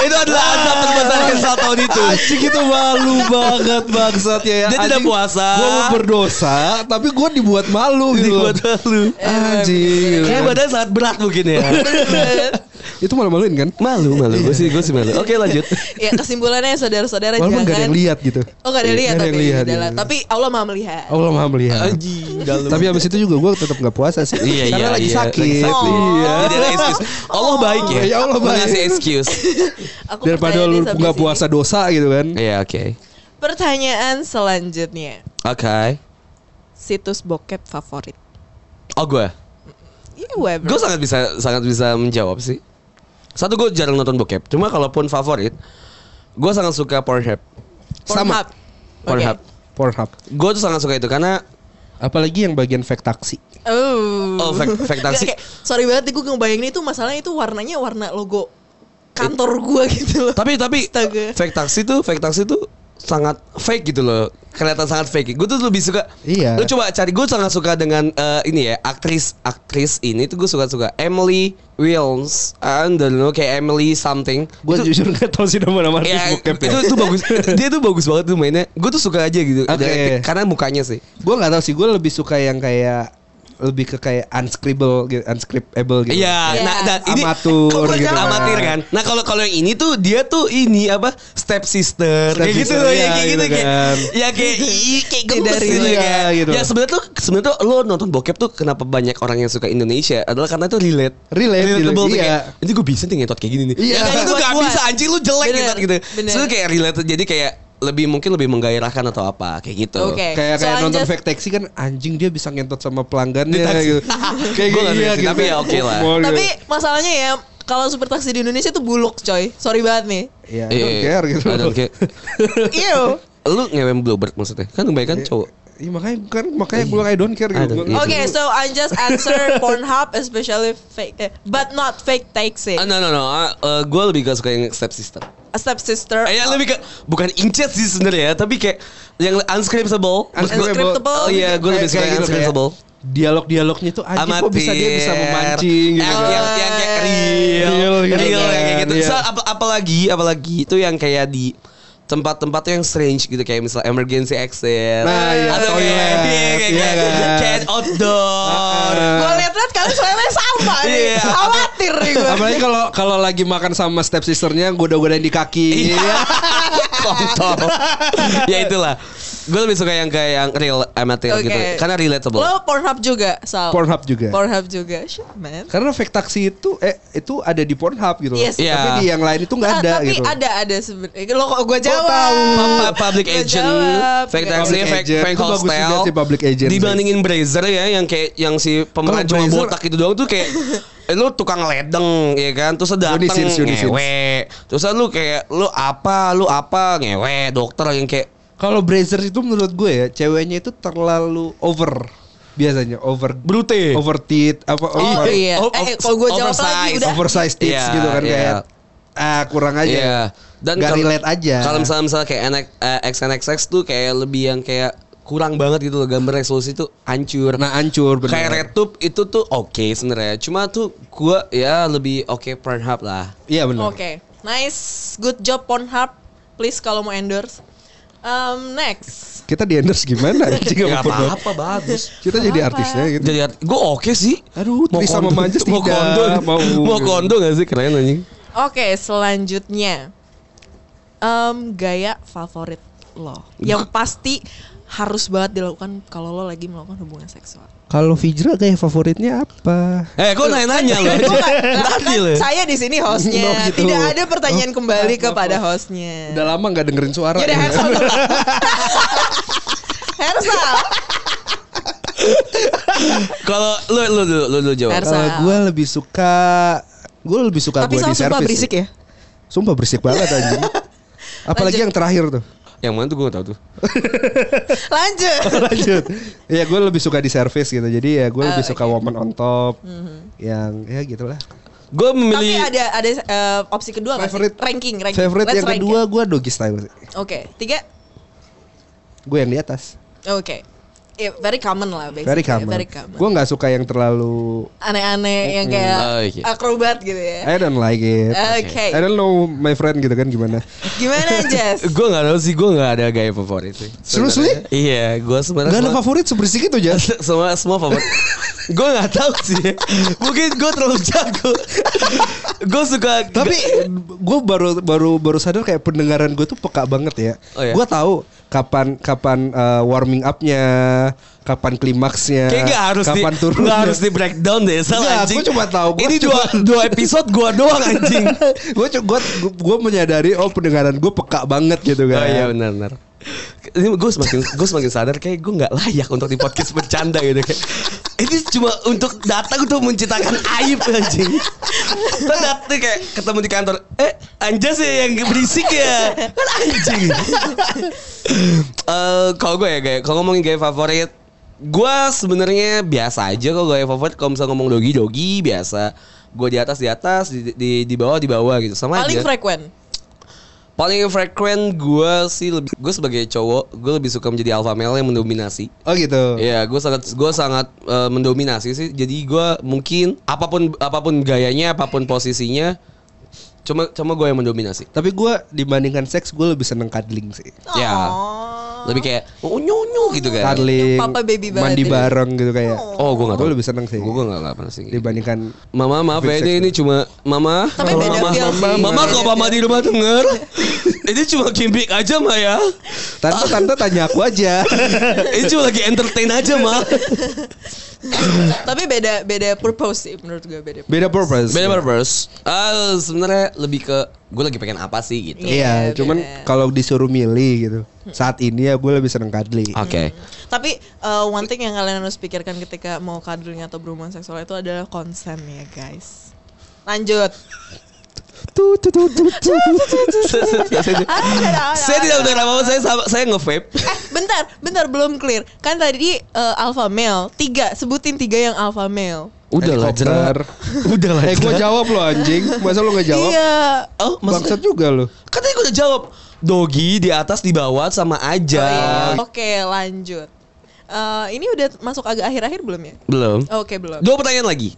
Speaker 2: Itu adalah azab terbesar Hersal tahun itu.
Speaker 3: *laughs* Anjing itu malu banget bangsatnya ya.
Speaker 2: Dia tidak puasa.
Speaker 3: Gue mau berdosa, tapi gue dibuat malu gitu. loh.
Speaker 2: Dibuat lalu.
Speaker 3: Anjing.
Speaker 2: Kayaknya badan sangat berat mungkin ya.
Speaker 3: Itu malu-maluin kan?
Speaker 2: malu malu. Gue sih gue sih malu. Oke lanjut.
Speaker 6: Ya kesimpulannya saudara-saudara
Speaker 3: Walaupun gak ada yang
Speaker 6: jangan
Speaker 3: lihat gitu.
Speaker 6: Oh gak ada yang lihat
Speaker 3: Nggak ada
Speaker 6: tapi
Speaker 3: yang lihat,
Speaker 6: udahlah.
Speaker 3: iya. Oh,
Speaker 6: Tapi Allah maha melihat.
Speaker 3: Allah maha melihat.
Speaker 2: Iya. Anjing. dalam.
Speaker 3: Tapi abis itu juga gue tetap gak puasa sih.
Speaker 2: Iya iya.
Speaker 3: Karena lagi
Speaker 2: iya,
Speaker 3: sakit. Oh.
Speaker 2: Iya. Jadi ada excuse. *laughs* Allah baik ya.
Speaker 3: Ya Allah baik.
Speaker 2: Ngasih excuse.
Speaker 6: Aku
Speaker 3: Daripada
Speaker 6: percaya
Speaker 3: lu
Speaker 6: deh sampai
Speaker 3: gak
Speaker 6: sini.
Speaker 3: puasa dosa gitu kan.
Speaker 2: Iya oke.
Speaker 6: Pertanyaan selanjutnya.
Speaker 2: Oke.
Speaker 6: Situs bokep favorit.
Speaker 2: Oh gue.
Speaker 6: Ya whatever.
Speaker 2: Gue sangat bisa sangat bisa menjawab sih. Satu gue jarang nonton bokep. Cuma kalaupun favorit, gue sangat suka Pornhub.
Speaker 3: sama.
Speaker 6: Pornhub.
Speaker 2: Pornhub.
Speaker 6: Oke.
Speaker 3: Pornhub.
Speaker 2: Gue tuh sangat suka itu karena
Speaker 3: Apalagi yang bagian fake taksi.
Speaker 6: Oh.
Speaker 2: Oh, fact- fact taksi.
Speaker 6: Kayak- kayak, sorry banget nih gue ngebayangin itu masalahnya itu warnanya warna logo kantor gue gitu loh.
Speaker 2: tapi tapi
Speaker 6: Astaga.
Speaker 2: fake taksi tuh fake taksi tuh sangat fake gitu loh kelihatan sangat fake gue tuh lebih suka
Speaker 3: Iya.
Speaker 2: lu coba cari gue sangat suka dengan eh, ini ya aktris aktris ini tuh gue suka suka Emily Wills I don't know kayak Emily something
Speaker 3: Gue
Speaker 2: Itu-
Speaker 3: jujur gak tau sih nama-nama artis
Speaker 2: Iya,
Speaker 3: bokep ya.
Speaker 2: itu tuh bagus. *laughs* Dia tuh bagus banget tuh mainnya. Gue tuh suka aja gitu.
Speaker 3: Oke.
Speaker 2: Karena mukanya sih.
Speaker 3: Gue nggak tahu sih, gue lebih suka yang kayak lebih ke kayak unscribble gitu, unscriptable gitu.
Speaker 2: Iya,
Speaker 6: Iya.
Speaker 2: nah dan ini *laughs*
Speaker 3: Amatur
Speaker 2: Kok bener
Speaker 3: gitu
Speaker 2: kan?
Speaker 3: kan.
Speaker 2: amatir kan. Nah, kalau kalau yang ini tuh dia tuh ini apa? Step sister
Speaker 3: Step
Speaker 2: kayak gitu
Speaker 3: sister,
Speaker 2: loh,
Speaker 3: iya,
Speaker 2: ya kayak gitu
Speaker 3: gitu
Speaker 2: kayak
Speaker 3: kan.
Speaker 2: ya kayak i- kayak
Speaker 6: Iya,
Speaker 2: gemes
Speaker 6: dari-
Speaker 2: gitu
Speaker 3: iya,
Speaker 2: kan.
Speaker 3: gitu.
Speaker 2: Ya sebenarnya tuh sebenarnya tuh lo nonton bokep tuh kenapa banyak orang yang suka Indonesia adalah karena itu relate.
Speaker 3: Relate,
Speaker 2: Relatable
Speaker 3: relate,
Speaker 2: tuh
Speaker 3: iya.
Speaker 2: kayak ini gue bisa nih ngetot kayak gini nih.
Speaker 3: Iya.
Speaker 2: Ya, itu
Speaker 6: Buat
Speaker 2: gak
Speaker 6: gua.
Speaker 2: bisa anjing lu jelek
Speaker 6: Bener,
Speaker 2: ngetot gitu.
Speaker 6: bener.
Speaker 2: Terus kayak relate jadi kayak lebih mungkin lebih menggairahkan atau apa kayak gitu.
Speaker 6: Oke.
Speaker 3: Kayak kayak
Speaker 6: Soalnya
Speaker 3: nonton
Speaker 6: just-
Speaker 3: fake taxi kan anjing dia bisa ngentot sama pelanggannya
Speaker 2: Di taksi. *laughs*
Speaker 3: gitu. kayak
Speaker 2: Gua nggak
Speaker 3: iya
Speaker 2: ngerti, tapi ya oke lah.
Speaker 3: Mau gitu.
Speaker 6: Tapi masalahnya ya kalau super taksi di Indonesia tuh buluk coy. Sorry banget nih.
Speaker 3: Iya, I
Speaker 2: Iya,
Speaker 3: don't care gitu.
Speaker 2: I don't care.
Speaker 6: Iyo.
Speaker 2: Lu ngewe Bluebird maksudnya? Kan kebanyakan cowok.
Speaker 3: Iya makanya kan makanya gue bilang I don't care
Speaker 2: I
Speaker 3: gitu.
Speaker 2: don't care.
Speaker 6: Okay, so I just answer Pornhub, especially fake, eh, but not fake taxi.
Speaker 2: Ah, no no no, ah, eh, gue lebih gak suka yang step sister.
Speaker 6: A stepsister.
Speaker 2: Eh, ya lebih ke bukan incest sih sebenarnya ya, tapi kayak yang unscriptable. Maksud gua-
Speaker 6: Unscriptable.
Speaker 2: Oh iya, gue lebih
Speaker 3: Kayak-
Speaker 2: suka yang
Speaker 3: kayak gitu, kayak
Speaker 2: unscriptable.
Speaker 3: Dialog-dialognya tuh anjing kok bisa dia bisa memancing gitu.
Speaker 2: Yang,
Speaker 3: kan.
Speaker 2: yang, yang kayak real,
Speaker 3: Real
Speaker 2: real,
Speaker 3: gitu kan,
Speaker 2: yang kayak gitu.
Speaker 3: iya.
Speaker 2: So, apa- apalagi apalagi itu yang kayak di tempat-tempat yang strange gitu kayak misal emergency exit
Speaker 3: Nah, iya,
Speaker 2: atau
Speaker 3: toilet,
Speaker 2: kayak, iya, kayak,
Speaker 3: iya kan. Nah,
Speaker 2: kayak, kayak outdoor.
Speaker 6: Gue liat-liat kalian soalnya sama nih.
Speaker 2: Iya.
Speaker 6: Khawatir nih gue.
Speaker 3: Apalagi kalau kalau lagi makan sama step sisternya goda-godain di
Speaker 2: Iya.
Speaker 3: kaki. Iya,
Speaker 2: kontol
Speaker 3: ah.
Speaker 2: ya itulah gue lebih suka yang kayak yang real amatir
Speaker 6: Oke.
Speaker 2: gitu karena relatable
Speaker 6: Lo Pornhub juga, Sal.
Speaker 3: Pornhub juga.
Speaker 6: Pornhub juga. Shit, man.
Speaker 3: iya. Karena fake taxi itu eh itu ada di Pornhub gitu. loh.
Speaker 6: Yes.
Speaker 2: Iya.
Speaker 3: Tapi di yang lain itu nggak
Speaker 6: Ah,
Speaker 3: ada
Speaker 6: tapi
Speaker 3: gitu.
Speaker 6: ada ada sebenarnya. Lo kok gue jawab.
Speaker 3: tahu.
Speaker 2: Pub- public
Speaker 6: Gua
Speaker 2: agent,
Speaker 6: jawab.
Speaker 2: fake
Speaker 6: Gua
Speaker 2: taxi,
Speaker 3: jawab.
Speaker 2: fake,
Speaker 3: Agent.
Speaker 2: fake
Speaker 3: Itu bagus
Speaker 2: hostel.
Speaker 3: juga sih, public agent.
Speaker 2: Dibandingin Brazer ya, yang kayak yang si pemeran
Speaker 3: Kalau
Speaker 2: cuma
Speaker 3: Brazzer-
Speaker 2: botak itu doang tuh
Speaker 3: *laughs*
Speaker 2: kayak eh, lu tukang ledeng ya kan, terus lu dateng
Speaker 3: Unisins, unisins.
Speaker 2: ngewe, terus lu kayak lu apa, lu apa ngewe, dokter yang kayak
Speaker 3: Kalau Brazers itu menurut gue ya ceweknya itu terlalu over biasanya over
Speaker 2: brute.
Speaker 3: over tit apa
Speaker 6: Oh
Speaker 3: over
Speaker 6: iya.
Speaker 2: Oh, oh,
Speaker 6: eh, kalau gue jawab
Speaker 2: oversize,
Speaker 6: lagi udah.
Speaker 3: oversized tits
Speaker 2: Iya,
Speaker 3: gitu kan
Speaker 2: iya.
Speaker 3: kayak ah kurang aja.
Speaker 2: Iya.
Speaker 3: Nggak
Speaker 2: kalau-
Speaker 3: relate aja.
Speaker 2: Kalau misalnya misalnya kayak NX, eh, XNXX tuh kayak lebih yang kayak kurang banget gitu loh gambar resolusi tuh hancur.
Speaker 3: Nah hancur bener.
Speaker 2: Kayak RedTube itu tuh oke sebenarnya. Cuma tuh gua ya lebih oke Pornhub lah.
Speaker 3: Iya benar.
Speaker 6: Oke. Nice. Good job Pornhub. Please kalau mau endorse. Um, next.
Speaker 3: Kita di endorse *laughs* gimana? *laughs*
Speaker 2: Gak
Speaker 3: Jika mau Pornhub.
Speaker 2: apa-apa bagus.
Speaker 3: Kita jadi artisnya gitu.
Speaker 2: Jadi gue oke sih.
Speaker 3: Aduh, Tris sama Manjes
Speaker 2: *laughs* mau
Speaker 3: tidak.
Speaker 2: kondo, mau,
Speaker 3: Mau-
Speaker 2: mau kondo gak sih keren anjing?
Speaker 6: Oke, selanjutnya. Um, gaya favorit lo.
Speaker 3: *laughs*
Speaker 6: Yang pasti harus banget dilakukan kalau lo lagi melakukan hubungan seksual.
Speaker 3: Kalau Fijra kayak favoritnya apa?
Speaker 2: Eh, gue nanya-nanya loh.
Speaker 6: Gua nggak-
Speaker 2: Tadi
Speaker 6: kan
Speaker 2: loh.
Speaker 6: Saya di sini hostnya.
Speaker 3: No, gitu.
Speaker 6: Tidak ada pertanyaan
Speaker 3: maaf,
Speaker 6: kembali
Speaker 3: maaf,
Speaker 6: kepada
Speaker 3: maaf.
Speaker 6: hostnya.
Speaker 3: Udah lama nggak dengerin suara.
Speaker 6: Yaudah
Speaker 3: ya.
Speaker 6: Hersal
Speaker 3: *laughs*
Speaker 6: dulu. Hersal.
Speaker 2: Kalau lu lu lu lu, lu jawab.
Speaker 6: Harus-
Speaker 3: Kalau
Speaker 6: Hersal.
Speaker 3: gue lebih suka gue lebih suka
Speaker 6: Tapi
Speaker 3: gue
Speaker 6: sama
Speaker 3: di
Speaker 6: sumpah
Speaker 3: service.
Speaker 6: berisik ya.
Speaker 3: Sumpah berisik banget
Speaker 6: *laughs*
Speaker 3: anjing. Apalagi
Speaker 6: Lanjut.
Speaker 3: yang terakhir tuh.
Speaker 2: Yang mana tuh gue gak tau tuh.
Speaker 3: *laughs*
Speaker 6: Lanjut.
Speaker 3: Lanjut. ya gue lebih suka di service gitu. Jadi ya gue lebih
Speaker 6: Oh, Mm-hmm.
Speaker 3: suka woman on top. Yang ya gitulah.
Speaker 2: Gue
Speaker 6: Tapi
Speaker 2: memilih
Speaker 6: ada ada eh, opsi kedua nggak sih?
Speaker 3: Favorite-
Speaker 6: ranking ranking.
Speaker 3: Favorite
Speaker 6: Let's
Speaker 3: yang
Speaker 6: rank
Speaker 3: kedua
Speaker 6: it.
Speaker 3: gue doggy style sih.
Speaker 6: Oke, tiga.
Speaker 3: Gue yang di atas.
Speaker 6: Oke. Ya, very common lah basically.
Speaker 3: Very common.
Speaker 6: Very common.
Speaker 3: Gue nggak suka yang terlalu
Speaker 6: Aneh-aneh yang kayak
Speaker 2: Oh, iya.
Speaker 6: akrobat gitu ya.
Speaker 3: I don't like it.
Speaker 6: Oke.
Speaker 3: I don't know my friend gitu
Speaker 2: *laughs*
Speaker 3: kan gimana.
Speaker 6: Gimana Jess?
Speaker 3: *laughs*
Speaker 2: Gue gak tau sih, gue gak ada gaya favorit sih.
Speaker 3: Seriously?
Speaker 2: Sebenarnya. Iya, gue sebenarnya
Speaker 3: Gak ada
Speaker 2: semua-
Speaker 3: favorit seberisik itu
Speaker 2: *laughs*
Speaker 3: Jas.
Speaker 2: semua semua favorit. gue gak tahu sih. *laughs* Mungkin gue terlalu jago. *laughs* gue suka.
Speaker 3: Tapi gue baru baru baru sadar kayak pendengaran gue tuh peka banget ya.
Speaker 2: Oh, iya.
Speaker 3: Gue tahu kapan kapan eh, warming upnya, kapan klimaksnya,
Speaker 2: Kayak gak harus
Speaker 3: kapan
Speaker 2: di
Speaker 3: turun.
Speaker 2: gak
Speaker 3: *laughs*
Speaker 2: harus di breakdown deh
Speaker 3: Nggak,
Speaker 2: salah anjing.
Speaker 3: gua cuma tahu, gua
Speaker 2: Ini dua
Speaker 3: cuma-
Speaker 2: dua episode gua doang
Speaker 3: *laughs*
Speaker 2: anjing.
Speaker 3: gue gue menyadari oh pendengaran gue peka banget gitu
Speaker 2: oh
Speaker 3: kan.
Speaker 2: iya benar benar. Ini gue semakin gue semakin sadar kayak gue nggak layak untuk di podcast bercanda gitu kayak. Ini cuma untuk datang untuk menciptakan aib anjing. Terus datang kayak ketemu di kantor, eh Anjas ya yang berisik ya, kan
Speaker 3: *laughs*
Speaker 2: anjing. Eh kalau gue ya kayak kalau ngomongin gaya favorit, gue sebenarnya biasa aja kalau gaya favorit kalau misalnya ngomong dogi dogi biasa. Gue di atas di atas di di, di bawah di bawah gitu sama
Speaker 6: Paling
Speaker 2: aja
Speaker 6: frequent.
Speaker 2: paling frekuen gue sih lebih gue sebagai cowok gue lebih suka menjadi alpha male yang mendominasi
Speaker 3: Oh gitu.
Speaker 2: Iya, gue sangat gue sangat eh, mendominasi sih. Jadi gue mungkin apapun apapun gayanya, apapun posisinya, cuma cuma gue yang mendominasi.
Speaker 3: Tapi gue dibandingkan seks gue lebih seneng cuddling sih.
Speaker 2: Ya.
Speaker 6: Oh.
Speaker 2: Lebih kayak oh, nyonyo gitu kan.
Speaker 3: Cuddling,
Speaker 6: Papa baby banget
Speaker 3: mandi
Speaker 6: ya.
Speaker 3: bareng gitu kayak.
Speaker 2: Oh, gue gak
Speaker 3: Gua
Speaker 2: tahu.
Speaker 3: lebih seneng sih.
Speaker 2: Gue gue gak, gak pernah sih.
Speaker 3: Dibandingkan
Speaker 2: Mama maaf ya ini, ini cuma mama.
Speaker 6: Tapi
Speaker 2: mama,
Speaker 6: beda
Speaker 2: mama,
Speaker 6: feel
Speaker 2: mama,
Speaker 6: sih.
Speaker 2: mama
Speaker 6: Beda
Speaker 2: kalau
Speaker 6: feel.
Speaker 2: mama di rumah
Speaker 6: *laughs*
Speaker 2: denger. ini cuma gimmick aja mah ya.
Speaker 3: tante tante tanya aku aja.
Speaker 2: Ini cuma lagi entertain aja mah.
Speaker 6: Tapi beda beda purpose sih menurut gue beda.
Speaker 3: Beda purpose.
Speaker 2: *laughs* Beda
Speaker 5: Iya.
Speaker 2: purpose. Ah sebenarnya lebih ke gue lagi pengen apa sih gitu.
Speaker 3: Iya,
Speaker 6: Iya,
Speaker 3: cuman
Speaker 6: beda. Hmm.
Speaker 3: kalau disuruh milih gitu. Saat ini ya gue lebih seneng cuddling.
Speaker 2: Oke.
Speaker 6: Tapi eh, one thing yang kalian harus pikirkan ketika mau cuddling atau berhubungan seksual itu adalah konsen ya guys.
Speaker 3: *laughs*
Speaker 6: Lanjut.
Speaker 2: Saya tidak benar apa saya sama- saya nge-vape.
Speaker 6: Eh, bentar, bentar belum clear. Kan tadi eh, alpha male tiga, sebutin tiga yang alpha male.
Speaker 2: Udahlah,
Speaker 3: Helikopter.
Speaker 2: *laughs* Udah lah.
Speaker 3: Eh gue jawab lo anjing. Masa lo gak jawab?
Speaker 6: Iya.
Speaker 2: Oh, maksudnya
Speaker 3: Bangsat juga lo.
Speaker 2: kan tadi gue udah jawab. Dogi di atas di bawah sama aja.
Speaker 6: Oh, iya. Oke, lanjut. Eh, ini udah masuk agak akhir-akhir belum ya?
Speaker 2: Belum.
Speaker 6: Oke, belum.
Speaker 3: *laughs*
Speaker 2: Dua pertanyaan lagi.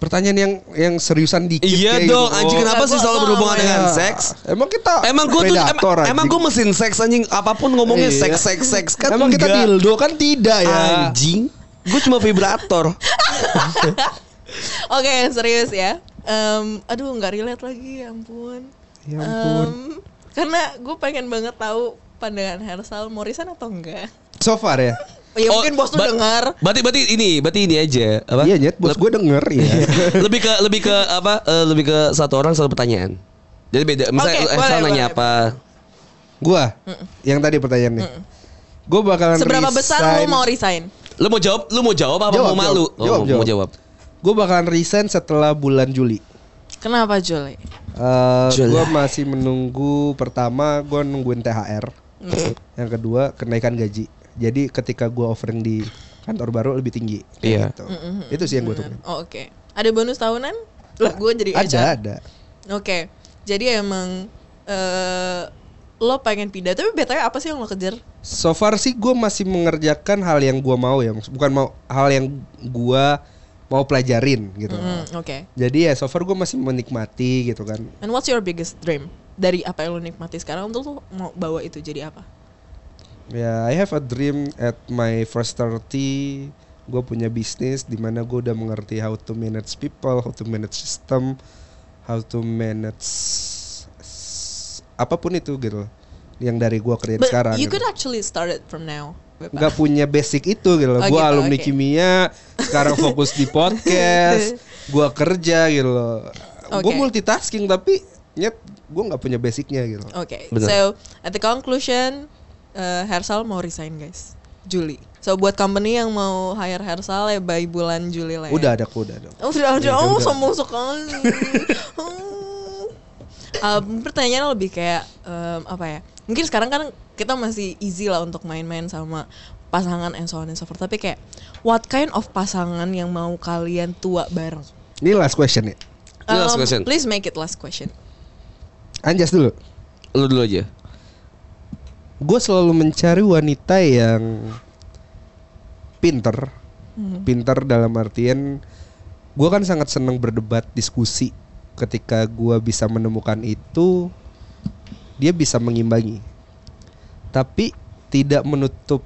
Speaker 3: Pertanyaan yang yang seriusan dikit
Speaker 2: Iya
Speaker 3: kayak
Speaker 2: dong,
Speaker 3: gitu.
Speaker 2: anjing
Speaker 3: Oh.
Speaker 2: kenapa
Speaker 6: Nah,
Speaker 2: sih
Speaker 6: gua-
Speaker 2: selalu
Speaker 6: gua
Speaker 2: berhubungan
Speaker 6: nggak
Speaker 2: dengan
Speaker 3: Ya.
Speaker 2: seks?
Speaker 3: Emang kita
Speaker 2: Emang gue tuh emang,
Speaker 3: predator,
Speaker 2: emang
Speaker 3: anjing.
Speaker 2: gue mesin seks anjing apapun ngomongnya
Speaker 3: Iya.
Speaker 2: seks seks seks kan
Speaker 3: Emang kita
Speaker 2: enggak.
Speaker 3: dildo kan tidak ya.
Speaker 2: anjing. Gue cuma vibrator.
Speaker 6: Oke, serius ya. Em, aduh, nggak relate lagi, ya ampun.
Speaker 3: Ya ampun.
Speaker 6: Em, karena gue pengen banget tahu pandangan Hersal Morrison atau enggak.
Speaker 3: So far ya.
Speaker 6: Ya
Speaker 2: Oh,
Speaker 6: mungkin bos tuh
Speaker 2: ba-
Speaker 6: dengar.
Speaker 2: Berarti berarti ini, berarti ini aja apa? Iya.
Speaker 3: Iya nyet, bos
Speaker 2: Leb-
Speaker 3: gue denger
Speaker 2: *laughs*
Speaker 3: ya.
Speaker 2: lebih ke lebih ke apa? eh, lebih ke satu orang satu
Speaker 5: Iya.
Speaker 2: pertanyaan. Jadi beda. Misalnya
Speaker 6: Oke,
Speaker 2: eh,
Speaker 6: boleh,
Speaker 2: Sal nanya
Speaker 6: boleh.
Speaker 2: apa?
Speaker 3: gue yang tadi pertanyaannya. Gue bakalan
Speaker 6: Seberapa besar
Speaker 3: resign-
Speaker 6: lu mau resign?
Speaker 2: Lu mau jawab? Lu mau jawab apa
Speaker 3: Jawab,
Speaker 2: mau malu? Oh,
Speaker 3: jawab. Jawab,
Speaker 2: mau-
Speaker 3: jawab.
Speaker 2: mau jawab.
Speaker 3: Gue bakalan resign setelah bulan Juli.
Speaker 6: Kenapa Jole?
Speaker 3: gue masih menunggu pertama gue nungguin THR. Yang kedua kenaikan gaji. Jadi ketika gue offering di kantor baru lebih tinggi. Kayak
Speaker 2: Iya.
Speaker 3: gitu. Itu sih yang gue tunggu.
Speaker 6: Oh, Oke. Ada bonus tahunan? Lah, gue jadi
Speaker 3: Ada
Speaker 6: HR.
Speaker 3: ada.
Speaker 6: Oke. Jadi emang eh lo pengen pindah, tapi betanya apa sih yang lo kejar?
Speaker 3: So far sih gue masih mengerjakan hal yang gue mau ya, Maksud- bukan mau hal yang gue mau pelajarin gitu.
Speaker 6: Hmm, Oke.
Speaker 3: Jadi ya so far gue masih menikmati gitu kan.
Speaker 6: And what's your biggest dream? Dari apa yang lo nikmati sekarang untuk lo mau bawa itu jadi apa?
Speaker 3: Ya I have a dream at my first 30 gue punya bisnis di mana gue udah mengerti how to manage people, how to manage system, how to manage s- apapun itu gitu. Yang dari gue create
Speaker 6: But
Speaker 3: sekarang.
Speaker 6: you
Speaker 3: gitu.
Speaker 6: could actually start it from now. Bapak.
Speaker 3: nggak punya basic itu gitu loh.
Speaker 6: Oh,
Speaker 3: gue
Speaker 6: gitu,
Speaker 3: alumni
Speaker 6: oke.
Speaker 3: kimia, sekarang fokus
Speaker 6: *laughs*
Speaker 3: di podcast, gue kerja gitu loh. Gue
Speaker 6: Oke.
Speaker 3: multitasking tapi nyet gue nggak punya basicnya gitu. loh.
Speaker 6: Oke,
Speaker 2: Benar.
Speaker 6: so at the conclusion, uh, Hersal mau resign guys, Juli. So buat company yang mau hire Hersal ya by bulan Juli lah. ya.
Speaker 3: Udah ada kok, udah ada.
Speaker 6: Oh, udah, udah,
Speaker 3: Iya,
Speaker 6: oh,
Speaker 3: udah.
Speaker 6: sombong sekali. Hmm. Um, pertanyaannya lebih kayak um, apa ya? Mungkin sekarang kan kita masih easy lah untuk main-main sama pasangan and so on and so forth. Tapi kayak what kind of pasangan yang mau kalian tua bareng?
Speaker 3: Ini last question ya.
Speaker 2: Ini last
Speaker 6: Um,
Speaker 2: question.
Speaker 6: Please make it last question.
Speaker 3: Anjas dulu.
Speaker 2: Lu dulu aja.
Speaker 3: Gue selalu mencari wanita yang pinter, pinter dalam artian gue kan sangat senang berdebat, diskusi. Ketika gue bisa menemukan itu, dia bisa mengimbangi. Tapi tidak menutup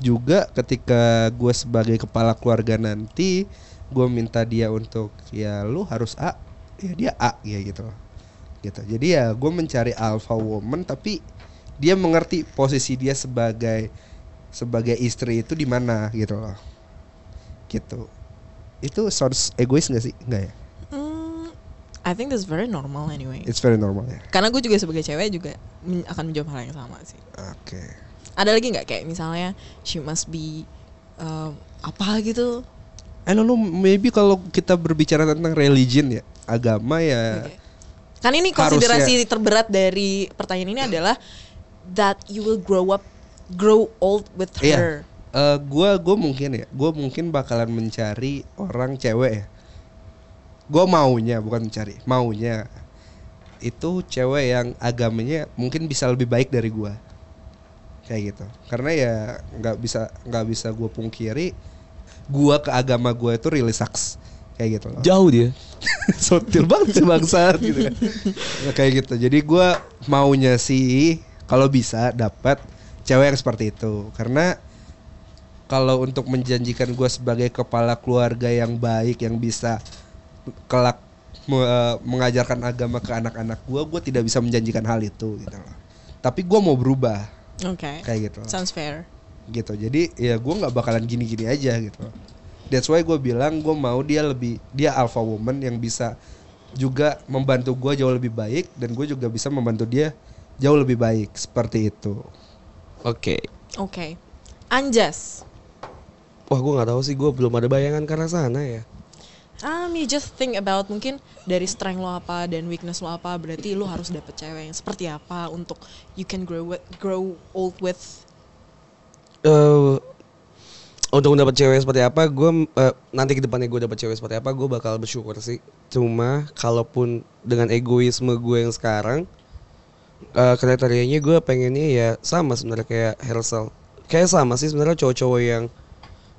Speaker 3: juga ketika gue sebagai kepala keluarga nanti gue minta dia untuk ya lu harus A ya dia A ya gitu loh. gitu jadi ya gue mencari alpha woman tapi dia mengerti posisi dia sebagai sebagai istri itu di mana gitu loh gitu itu sounds egois gak sih Enggak ya
Speaker 6: Hmm, I think this is very normal anyway.
Speaker 3: it's very normal ya
Speaker 6: Karena gue juga sebagai cewek juga men- akan menjawab hal yang sama sih.
Speaker 3: oke
Speaker 6: Ada lagi nggak kayak misalnya she must be um, apa gitu?
Speaker 3: I don't know maybe kalau kita berbicara tentang religion ya agama ya
Speaker 6: Oke. Kan ini konsiderasi terberat dari pertanyaan
Speaker 3: Iya.
Speaker 6: ini adalah that you will grow up, grow old with her.
Speaker 3: Iya. Eh, gua gue mungkin ya, gue mungkin bakalan mencari orang cewek ya. Gue maunya bukan mencari, maunya itu cewek yang agamanya mungkin bisa lebih baik dari gua kayak gitu karena ya nggak bisa nggak bisa gue pungkiri gua ke agama gua itu really sucks kayak gitu loh
Speaker 2: Jauh dia.
Speaker 3: *laughs* sotil banget sih bangsat gitu kan. Ya, kayak gitu jadi gua maunya sih kalau bisa dapat cewek yang seperti itu karena kalau untuk menjanjikan gue sebagai kepala keluarga yang baik yang bisa kelak me- eh, mengajarkan agama ke anak-anak gue gue tidak bisa menjanjikan hal itu gitu loh tapi gue mau berubah
Speaker 6: Oke.
Speaker 3: kayak gitu
Speaker 6: Sounds fair.
Speaker 3: gitu jadi ya gue nggak bakalan gini-gini aja gitu that's why gue bilang gue mau dia lebih dia alpha woman yang bisa juga membantu gue jauh lebih baik dan gue juga bisa membantu dia jauh lebih baik seperti itu
Speaker 5: Oke.
Speaker 6: Oke. Anjas.
Speaker 5: Wah, gue nggak tahu sih, gue belum ada bayangan ke arah sana ya.
Speaker 6: Um, you just think about mungkin dari strength lo apa dan weakness lo apa berarti lo harus dapet cewek yang seperti apa untuk you can grow with, grow old with
Speaker 5: eh untuk dapat cewek seperti apa gue eh, nanti ke depannya gue dapat cewek seperti apa gue bakal bersyukur sih cuma kalaupun dengan egoisme gue yang sekarang eh, kriterianya gue pengennya ya sama sebenarnya kayak Hersel kayak sama sih sebenarnya cowok-cowok yang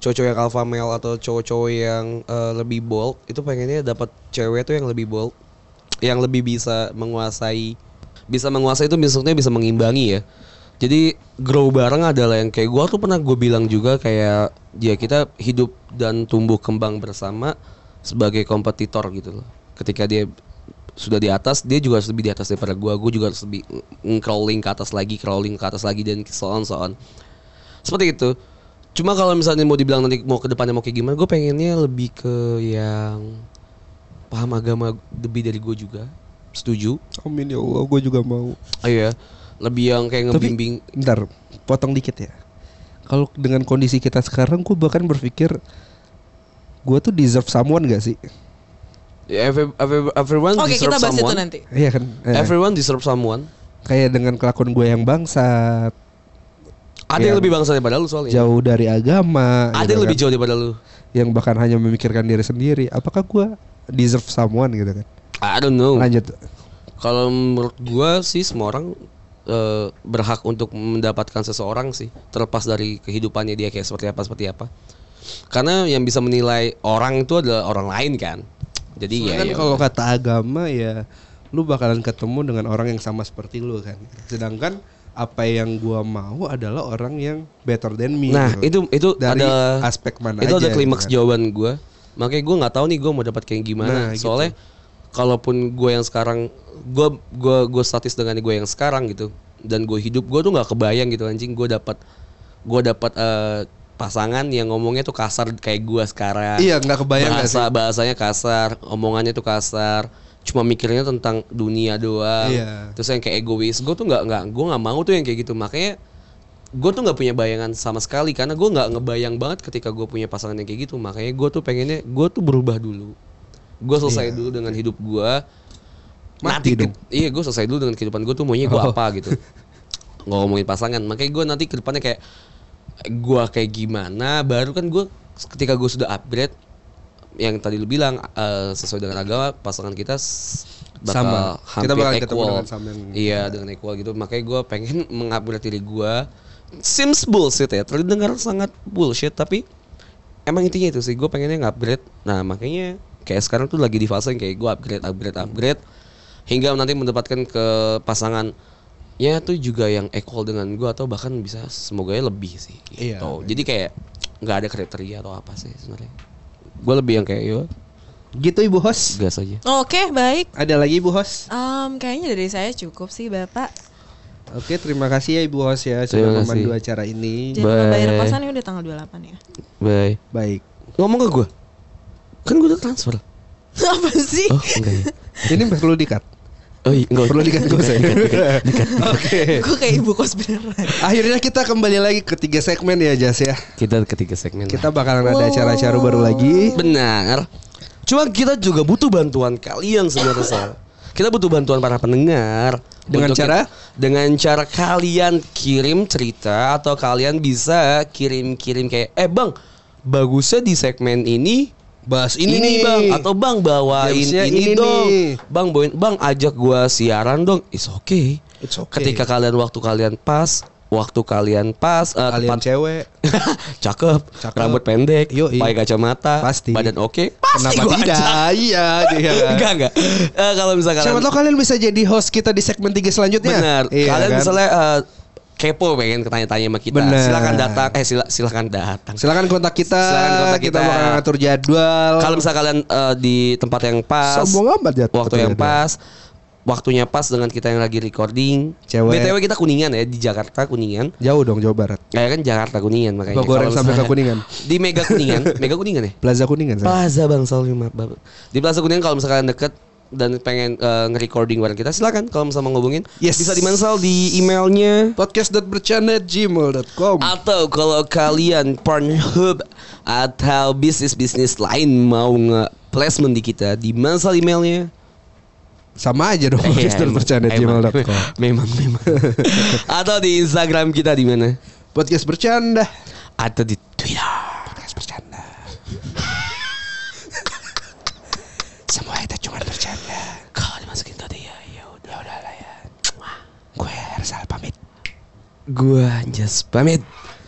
Speaker 5: cowok-cowok yang alpha male atau cowok-cowok yang eh, lebih bold itu pengennya dapat cewek tuh yang lebih bold yang lebih bisa menguasai bisa menguasai itu maksudnya bisa mengimbangi ya jadi grow bareng adalah yang kayak gua tuh pernah gue bilang juga kayak ya kita hidup dan tumbuh kembang bersama sebagai kompetitor gitu loh ketika dia sudah di atas dia juga harus lebih di atas daripada gua gue juga harus lebih ng- crawling ke atas lagi crawling ke atas lagi dan so on so on seperti itu cuma kalau misalnya mau dibilang nanti mau ke depannya mau kayak gimana gue pengennya lebih ke yang paham agama lebih dari gue juga setuju
Speaker 3: amin ya allah gue juga mau
Speaker 5: oh iya lebih yang kayak
Speaker 3: Tapi-
Speaker 5: ngebimbing
Speaker 3: bentar potong dikit ya kalau dengan kondisi kita sekarang gue bahkan berpikir gue tuh deserve someone gak sih
Speaker 5: Ya, every- every- everyone
Speaker 6: Oke,
Speaker 5: deserve
Speaker 6: kita bahas itu
Speaker 5: someone
Speaker 6: nanti.
Speaker 3: iya kan Eh,
Speaker 5: everyone deserve someone
Speaker 3: kayak dengan kelakuan gue yang bangsat
Speaker 2: Iya.
Speaker 5: ada yang
Speaker 3: Yang
Speaker 5: lebih bangsa daripada lu soalnya
Speaker 3: jauh dari agama
Speaker 5: ada
Speaker 3: gitu
Speaker 5: yang
Speaker 3: kan.
Speaker 5: lebih jauh daripada lu
Speaker 3: yang bahkan hanya memikirkan diri sendiri apakah gue deserve someone gitu kan
Speaker 5: I don't know
Speaker 3: lanjut
Speaker 5: kalau menurut gua sih semua orang eh, berhak untuk mendapatkan seseorang sih terlepas dari kehidupannya dia kayak seperti apa seperti apa karena yang bisa menilai orang itu adalah orang lain kan jadi ya,
Speaker 3: kan
Speaker 5: ya
Speaker 3: kalau kata agama ya lu bakalan ketemu dengan orang yang sama seperti lu kan sedangkan apa yang gua mau adalah orang yang better than me
Speaker 5: nah
Speaker 3: gitu.
Speaker 5: itu itu
Speaker 3: dari
Speaker 5: ada
Speaker 3: aspek mana
Speaker 5: itu
Speaker 3: aja
Speaker 5: ada klimaks
Speaker 3: gitu kan.
Speaker 5: jawaban gue makanya gue nggak tahu nih gue mau dapat kayak
Speaker 3: Nah,
Speaker 5: gimana
Speaker 3: gitu.
Speaker 5: soalnya kalaupun gue yang sekarang gue gue gue status dengan gue yang sekarang gitu dan gue hidup gue tuh nggak kebayang gitu anjing gue dapat gue dapat eh, pasangan yang ngomongnya tuh kasar kayak gue sekarang
Speaker 3: iya nggak kebayang nggak
Speaker 5: bahasa
Speaker 3: sih
Speaker 5: bahasanya kasar omongannya tuh kasar cuma mikirnya tentang dunia doang
Speaker 3: Iya.
Speaker 5: terus yang kayak egois gue tuh nggak nggak gue nggak mau tuh yang kayak gitu makanya gue tuh nggak punya bayangan sama sekali karena gue nggak ngebayang banget ketika gue punya pasangan yang kayak gitu makanya gue tuh pengennya gue tuh berubah dulu gue selesai dulu dengan hidup
Speaker 3: Iya.
Speaker 5: gue
Speaker 3: Mati dong. Oh.
Speaker 5: iya gue selesai dulu dengan kehidupan gue tuh maunya gue apa
Speaker 3: *laughs*
Speaker 5: gitu nggak ngomongin pasangan makanya gue nanti ke depannya kayak gue kayak gimana baru kan gue ketika gue sudah upgrade yang tadi lu bilang eh, sesuai dengan agama pasangan kita s- bakal
Speaker 3: Sama.
Speaker 5: hampir
Speaker 3: Kita bakal ketemu
Speaker 5: equal
Speaker 3: dengan sama
Speaker 2: Hmm.
Speaker 3: yang-
Speaker 5: iya dengan equal gitu makanya gue pengen *laughs* mengupgrade diri gue seems bullshit ya terdengar sangat bullshit tapi emang intinya itu sih gue pengennya ngupgrade nah makanya kayak sekarang tuh lagi di fase yang kayak gue upgrade upgrade upgrade hingga nanti mendapatkan ke pasangan ya tuh juga yang equal dengan gue atau bahkan bisa semoga lebih sih gitu.
Speaker 3: Iya.
Speaker 5: jadi kayak nggak ada kriteria atau apa sih sebenarnya gue lebih yang kayak yo
Speaker 3: gitu ibu host
Speaker 5: gas aja
Speaker 6: Oke, baik.
Speaker 3: ada lagi ibu host
Speaker 6: Um, kayaknya dari saya cukup sih, Bapak.
Speaker 3: oke terima kasih ya ibu host ya sudah
Speaker 5: Terima kasih. Iya.
Speaker 3: memandu acara ini
Speaker 6: Jadi bayar
Speaker 5: Bye.
Speaker 6: kosan ini udah tanggal 28 ya. *laughs*
Speaker 5: bye
Speaker 3: baik
Speaker 5: ngomong ke gue kan gue udah
Speaker 3: *laughs*
Speaker 5: transfer
Speaker 6: Apa sih?
Speaker 5: oh enggak ya
Speaker 3: ini perlu
Speaker 5: *laughs*
Speaker 3: dikat
Speaker 5: oh iya, enggak
Speaker 3: perlu dikat gue oke
Speaker 6: Gue kayak ibu kos beneran.
Speaker 3: *laughs* akhirnya kita kembali lagi ke tiga segmen ya Jas ya
Speaker 5: kita ketiga segmen lah.
Speaker 3: kita bakalan ada acara-acara baru lagi
Speaker 5: Benar. Cuma kita juga butuh bantuan kalian sebenarnya Sal. Kita butuh bantuan para pendengar
Speaker 3: Dengan
Speaker 5: Untuk-
Speaker 3: cara?
Speaker 5: dengan cara kalian kirim cerita atau kalian bisa kirim-kirim kayak eh Bang, bagusnya di segmen ini
Speaker 3: bahas
Speaker 5: ini, nih Bang atau Bang bawain
Speaker 3: Jamsnya ini
Speaker 5: ini, dong.
Speaker 3: nih.
Speaker 5: Bang bawain Bang ajak gua siaran dong. It's okay.
Speaker 3: It's okay.
Speaker 5: Ketika kalian waktu kalian pas, waktu kalian pas eh,
Speaker 3: kalian
Speaker 5: tempat-
Speaker 3: cewek
Speaker 5: *laughs* cakep,
Speaker 3: Cakep.
Speaker 5: rambut pendek,
Speaker 3: Yoi.
Speaker 5: pakai kacamata,
Speaker 3: Pasti.
Speaker 5: badan oke.
Speaker 3: Kenapa
Speaker 5: gua
Speaker 3: tidak?
Speaker 5: ajak.
Speaker 3: Iya, *laughs*
Speaker 2: gitu ya.
Speaker 3: iya.
Speaker 5: enggak enggak. Eh, kalau misalkan
Speaker 3: Siapa tahu kalian bisa jadi host kita di segmen 3 selanjutnya.
Speaker 5: benar,
Speaker 3: Iya,
Speaker 5: kalian
Speaker 3: kan?
Speaker 5: misalnya eh,
Speaker 2: kepo pengen tanya-tanya sama kita.
Speaker 3: Bener.
Speaker 2: Silakan datang. Eh sila, silakan datang.
Speaker 3: Silakan kontak kita.
Speaker 2: Silakan kontak
Speaker 3: kita.
Speaker 2: kita.
Speaker 3: bakal ngatur jadwal.
Speaker 2: Kalau misal kalian eh, di tempat yang pas,
Speaker 3: Sombong amat ya.
Speaker 2: waktu yang pas, waktunya pas dengan kita yang lagi recording.
Speaker 3: Cewek.
Speaker 2: BTW kita Kuningan ya di Jakarta Kuningan.
Speaker 3: Jauh dong Jawa Barat.
Speaker 2: Kayak kan Jakarta Kuningan makanya.
Speaker 3: Gua goreng
Speaker 2: Kalau
Speaker 3: sampai ke
Speaker 2: misalnya-
Speaker 3: Kuningan.
Speaker 2: Di Mega
Speaker 3: *laughs*
Speaker 2: Kuningan, Mega Kuningan ya?
Speaker 3: Plaza kan, Kuningan saya.
Speaker 2: Plaza Bangsal Lima Bapak. Di Plaza Kuningan kalau misalkan deket dan pengen eh, nge-recording bareng kita silakan kalau misalnya mau ngomongin
Speaker 3: Yes.
Speaker 2: bisa di Mansal di emailnya Ah.
Speaker 3: podcast.bercanda@gmail.com.
Speaker 2: atau kalau kalian Pornhub atau bisnis-bisnis lain mau nge-placement di kita di Mansal emailnya
Speaker 3: Sama aja dong
Speaker 2: Iya, emang,
Speaker 3: podcast.bercanda@gmail.com.
Speaker 2: memang
Speaker 3: *laughs*
Speaker 2: memang atau di Instagram kita di mana
Speaker 3: Podcast bercanda.
Speaker 2: atau di Twitter
Speaker 3: Podcast bercanda.
Speaker 2: *laughs*
Speaker 3: Semua itu cuma bercanda.
Speaker 2: kalau dimasukin tadi ya ya udah udahlah ya
Speaker 3: Gue Hersal pamit.
Speaker 2: gua just pamit